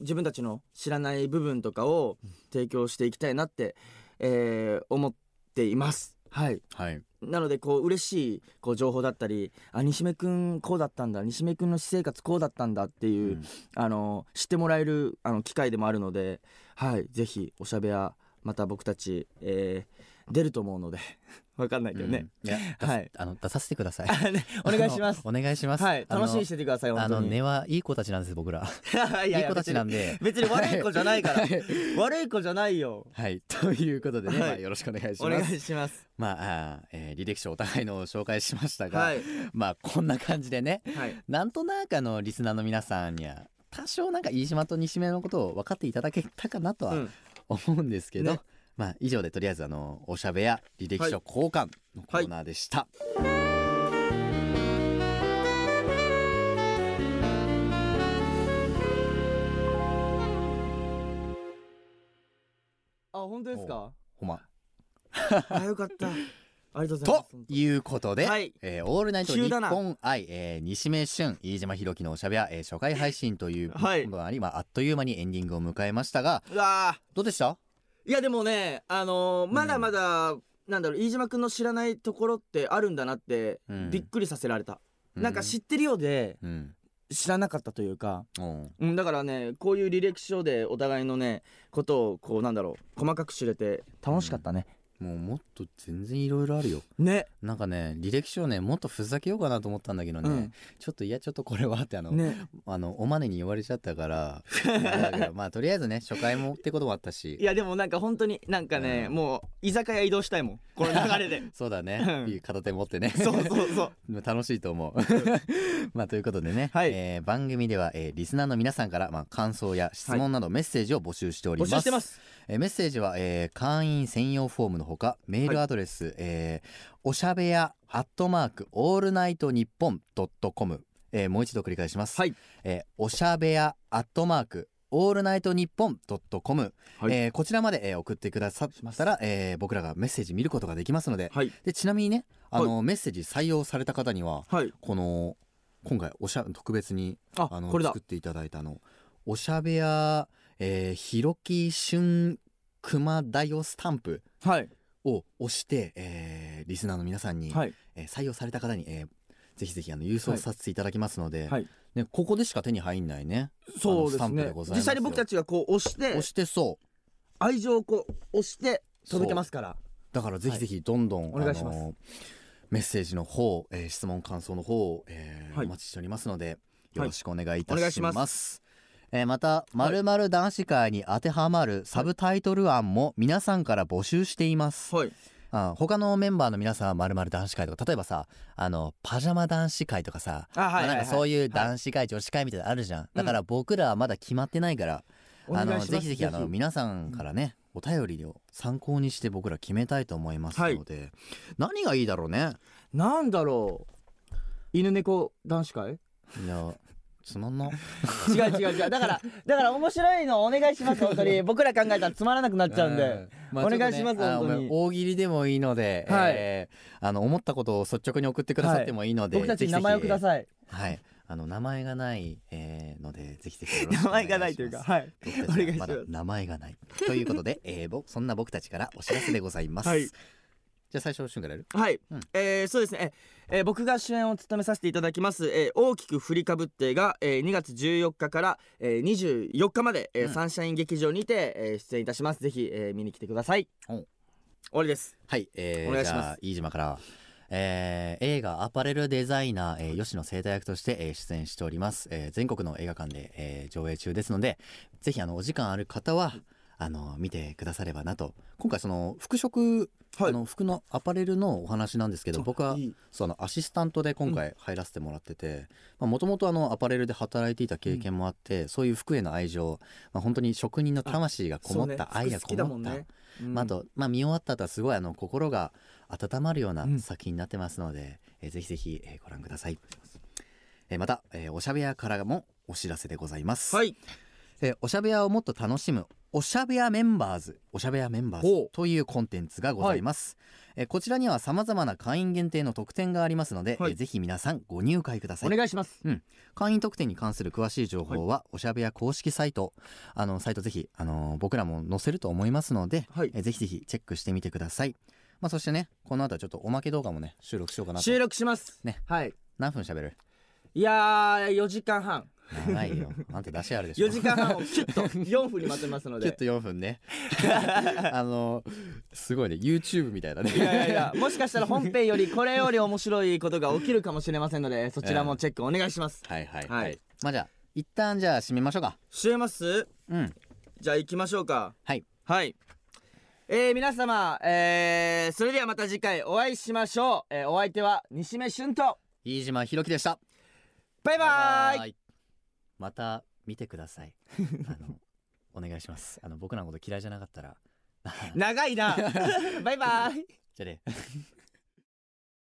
Speaker 2: 自分たちの知らない部分とかを提供していきたいなって、えー思っていますはい
Speaker 1: はい、
Speaker 2: なのでこう嬉しいこう情報だったりあ西目くんこうだったんだ西目くんの私生活こうだったんだって
Speaker 1: う
Speaker 2: いう、
Speaker 1: ん
Speaker 2: あの知ってもらえるあの機会でもあるのではいぜひおしゃべやまた僕たち、えー出ると思うので [laughs] わかんないけどね、
Speaker 1: うんいや出す
Speaker 2: はい
Speaker 1: あの出させてください
Speaker 2: あねお願いします
Speaker 1: [laughs] あ。 [laughs] のお願いします。
Speaker 2: はい、
Speaker 1: あの
Speaker 2: 楽しみにしててください、本
Speaker 1: あ
Speaker 2: 当
Speaker 1: の
Speaker 2: に。
Speaker 1: 根はいい子たちなんです僕ら
Speaker 2: [laughs] いやい
Speaker 1: いい
Speaker 2: や
Speaker 1: 子たちなんで
Speaker 2: 別に別に悪い子じゃないから
Speaker 1: はい。
Speaker 2: 悪い子じゃないよ。
Speaker 1: はい、 [laughs] ということでね、
Speaker 2: はい
Speaker 1: まあ、よろしくお願いしま
Speaker 2: お願
Speaker 1: す。
Speaker 2: いします。
Speaker 1: まああー、えー履歴書お互いのを紹介しましたが、
Speaker 2: はい、
Speaker 1: まあこんな感じでね
Speaker 2: はい、
Speaker 1: なんとなくあのリスナーの皆さんには多少なんか飯島と西目のことを分かっていただけたかなと
Speaker 2: う
Speaker 1: は
Speaker 2: ん、
Speaker 1: 思うんですけど、
Speaker 2: ね
Speaker 1: まあ以上でとりあえずあのおしゃべや履歴書交換のコーナーでした。
Speaker 2: あ、本当ですか。
Speaker 1: ほんま
Speaker 2: あ、よか
Speaker 1: [laughs]
Speaker 2: った。ありがとうございま
Speaker 1: と
Speaker 2: す。
Speaker 1: いうことで、
Speaker 2: はい
Speaker 1: えーオールナイト
Speaker 2: 急
Speaker 1: 日
Speaker 2: だな
Speaker 1: 本愛、えー西銘俊飯島弘樹のおしゃべや、えー初回配信という
Speaker 2: はい
Speaker 1: ことあり、まあ、あっという間にエンディングを迎えましたが
Speaker 2: うわあ、
Speaker 1: どうでした
Speaker 2: いや、でもね、あのーまだまだ、なんだろう、飯島君の知らないところってあるんだなって、
Speaker 1: うん
Speaker 2: びっくりさせられた。なんか知
Speaker 1: っ
Speaker 2: ってるようで、
Speaker 1: うん、
Speaker 2: 知らなかったというか。
Speaker 1: うん
Speaker 2: うん、だからねこういう履歴書でお互いのねことをこうなんだろう細かく知れて楽しかったね、
Speaker 1: もうもっと全然いろいろあるよ
Speaker 2: ね
Speaker 1: なんかね履歴書をねもっとふざけようかなと思ったんだけどね、
Speaker 2: うん
Speaker 1: ちょっといやちょっとこれはってあの、
Speaker 2: ね
Speaker 1: あのおまねに言われちゃったから
Speaker 2: [laughs]
Speaker 1: だけどまあとりあえずね初回もってこともあった
Speaker 2: い
Speaker 1: し
Speaker 2: やでもなんか本当になんかね、
Speaker 1: うん
Speaker 2: もう居酒屋移動したいもんこの
Speaker 1: [laughs]
Speaker 2: 流れで
Speaker 1: そうだね、
Speaker 2: うん
Speaker 1: いい片手持ってね [laughs]
Speaker 2: そうそうそう
Speaker 1: まあ楽しいと思う。 [laughs] まあということでね、
Speaker 2: はい
Speaker 1: えー番組では、えーリスナーの皆さんから、まあ、感想や質問などメッセージを募集しており
Speaker 2: 募
Speaker 1: ます。
Speaker 2: 集してます
Speaker 1: えーメッセージは、えー会員専用フォームのほかメールアドレス、えーおしゃべやアットマークオールナイトニッポンドットコム、えーもう一度繰り返します、
Speaker 2: はい
Speaker 1: えーおしゃべやアットマークオールナイトニッポンドットコム
Speaker 2: はい
Speaker 1: えーこちらまで、えー送ってくださったら、えー僕らがメッセージ見ることができますので,、
Speaker 2: はい
Speaker 1: でちなみにねあの、メッセージ採用された方には
Speaker 2: はい
Speaker 1: この今回おしゃ特別に
Speaker 2: あ
Speaker 1: あの
Speaker 2: これだ
Speaker 1: 作っていただいたあのおしゃべや、えー、ひろきしゅんくまだよスタンプ
Speaker 2: はい
Speaker 1: を押して、えーリスナーの皆さんに、
Speaker 2: はい
Speaker 1: えー採用された方に、えーぜひぜひあの郵送させていただきますので、
Speaker 2: はい
Speaker 1: ね、ここでしか手に入んないね
Speaker 2: そうで
Speaker 1: あのスタ
Speaker 2: す
Speaker 1: ンプ
Speaker 2: ね
Speaker 1: でございます
Speaker 2: 実
Speaker 1: よ
Speaker 2: 際に僕たちがこう押して
Speaker 1: 押してそう
Speaker 2: 愛情をこう押して届けますから
Speaker 1: だからぜひぜひどんどん、
Speaker 2: お願いします
Speaker 1: あのメッセージの方、えー質問感想の方、えー
Speaker 2: はい
Speaker 1: お待ちしておりますのでよろしくお願いいた
Speaker 2: お
Speaker 1: しま
Speaker 2: 願い
Speaker 1: す,、
Speaker 2: します
Speaker 1: えーまた「まるまる男子会」に当てはまるサブタイトル案も皆さんから募集しています、
Speaker 2: はい
Speaker 1: あ他のメンバーの皆さんはまるまる男子会とか例えばさあのパジャマ男子会とかさ
Speaker 2: あはい
Speaker 1: まあなん
Speaker 2: は
Speaker 1: か
Speaker 2: い
Speaker 1: そう
Speaker 2: はい
Speaker 1: いう男子会、女子会みたいなのあるじゃんだから僕らはまだ決まってないから、
Speaker 2: お
Speaker 1: あ
Speaker 2: 願い
Speaker 1: の
Speaker 2: します
Speaker 1: ぜひぜひあの皆さんからね、お便りを参考にして僕ら決めたいと思いますので、何がいいだろうね
Speaker 2: なんだろう犬猫男
Speaker 1: [laughs]
Speaker 2: 子会
Speaker 1: いやつまんな
Speaker 2: 違う違う違うだからだから面白いのお願いします本当に僕ら考えたらつまらなくなっちゃうんで、
Speaker 1: まあ
Speaker 2: お願いします
Speaker 1: ちょっとねあの
Speaker 2: 本当に
Speaker 1: 大喜利でもいいので、
Speaker 2: はい
Speaker 1: えーあの思ったことを率直に送ってくださってもいい [laughs] ので、
Speaker 2: 僕たちに名前をくだ
Speaker 1: い、
Speaker 2: さい
Speaker 1: はいあの名前がない、えーのでぜひぜひよろしく
Speaker 2: 名
Speaker 1: お願い
Speaker 2: 前
Speaker 1: します
Speaker 2: がないというかはい
Speaker 1: 僕
Speaker 2: お
Speaker 1: たちは
Speaker 2: 願いし
Speaker 1: ま
Speaker 2: ます
Speaker 1: だ名前がないということで、えー、ぼそんな僕たちからお知らせでございます、
Speaker 2: はい
Speaker 1: じゃあ最初旬からやる
Speaker 2: はい、
Speaker 1: うん
Speaker 2: えーそうですね、えー僕が主演を務めさせていただきます「えー大きく振りかぶってが」えー2月14日から、えー24日まで、えー
Speaker 1: うん
Speaker 2: サンシャイン劇場にて、えー出演いたしますぜひ、えー見に来てください
Speaker 1: お
Speaker 2: 終わりです
Speaker 1: はい、えー
Speaker 2: お願い
Speaker 1: じ
Speaker 2: します
Speaker 1: ゃあ飯島から、えー映画「アパレルデザイナー、えー吉野生太役」として、えー出演しております、えー全国の映画館で、えー上映中ですのでぜひあのお時間ある方はあの見てくださればなと今回その服飾、
Speaker 2: は
Speaker 1: あ
Speaker 2: い
Speaker 1: の服のアパレルのお話なんですけど僕はい
Speaker 2: い
Speaker 1: そのアシスタントで今回入らせてもらっててもともとアパレルで働いていた経験もあって、そういう服への愛情、まあ、本当に職人の魂がこもった愛がこもった、まあ、あと、まあ、見終わった後はすごいあの心が温まるような
Speaker 2: うん
Speaker 1: 作品になってますので、えーぜひぜひ、えーご覧ください、えーまた、えーおしゃべやからもお知らせでございます、
Speaker 2: はい
Speaker 1: えーおしゃべやをもっと楽しむおしゃべやメンバーズおしゃべやメンバー
Speaker 2: ほ
Speaker 1: ズ
Speaker 2: う
Speaker 1: というコンテンツがございます、えーこちらには様々な会員限定の特典がありますので、
Speaker 2: はい
Speaker 1: えーぜひ皆さんご入会くださ
Speaker 2: お
Speaker 1: い
Speaker 2: 願いします
Speaker 1: 会員特典に関する詳しい情報は、おしゃべや公式サイトあのサイトぜひあの僕らも載せると思いますので、
Speaker 2: はい
Speaker 1: えぜひぜひチェックしてみてください。まあそしてねこの後はちょっとおまけ動画もね収録しようかなと
Speaker 2: 収録します、
Speaker 1: ね
Speaker 2: はい
Speaker 1: 何分喋る
Speaker 2: いやー4時間半
Speaker 1: 長いよあんた出しあるでしょ
Speaker 2: 4時間半をキュッと4分にまとめます
Speaker 1: [laughs]
Speaker 2: の
Speaker 1: ちょっ
Speaker 2: で
Speaker 1: と4分ねあのすごいね YouTube みたいだね
Speaker 2: いやいやいやもしかしたら本編よりこれより面白いことが起きるかもしれませんのでそちらもチェックお願いします
Speaker 1: はいはいは、
Speaker 2: はいい
Speaker 1: まあじゃあ一旦じゃあ締めましょうか
Speaker 2: 知れます
Speaker 1: うん
Speaker 2: じゃあ行きましょうか
Speaker 1: はい
Speaker 2: はいえー、皆様、えー、それではまた次回お会いしましょう、えー、お相手は西目俊と
Speaker 1: 飯島ひろきでした
Speaker 2: バイバーイ
Speaker 1: イまた見てくださいあのお願いします
Speaker 2: [laughs]
Speaker 1: あの僕らのこと嫌いじゃなかったら
Speaker 2: 長いなバイバーイ
Speaker 1: じゃあね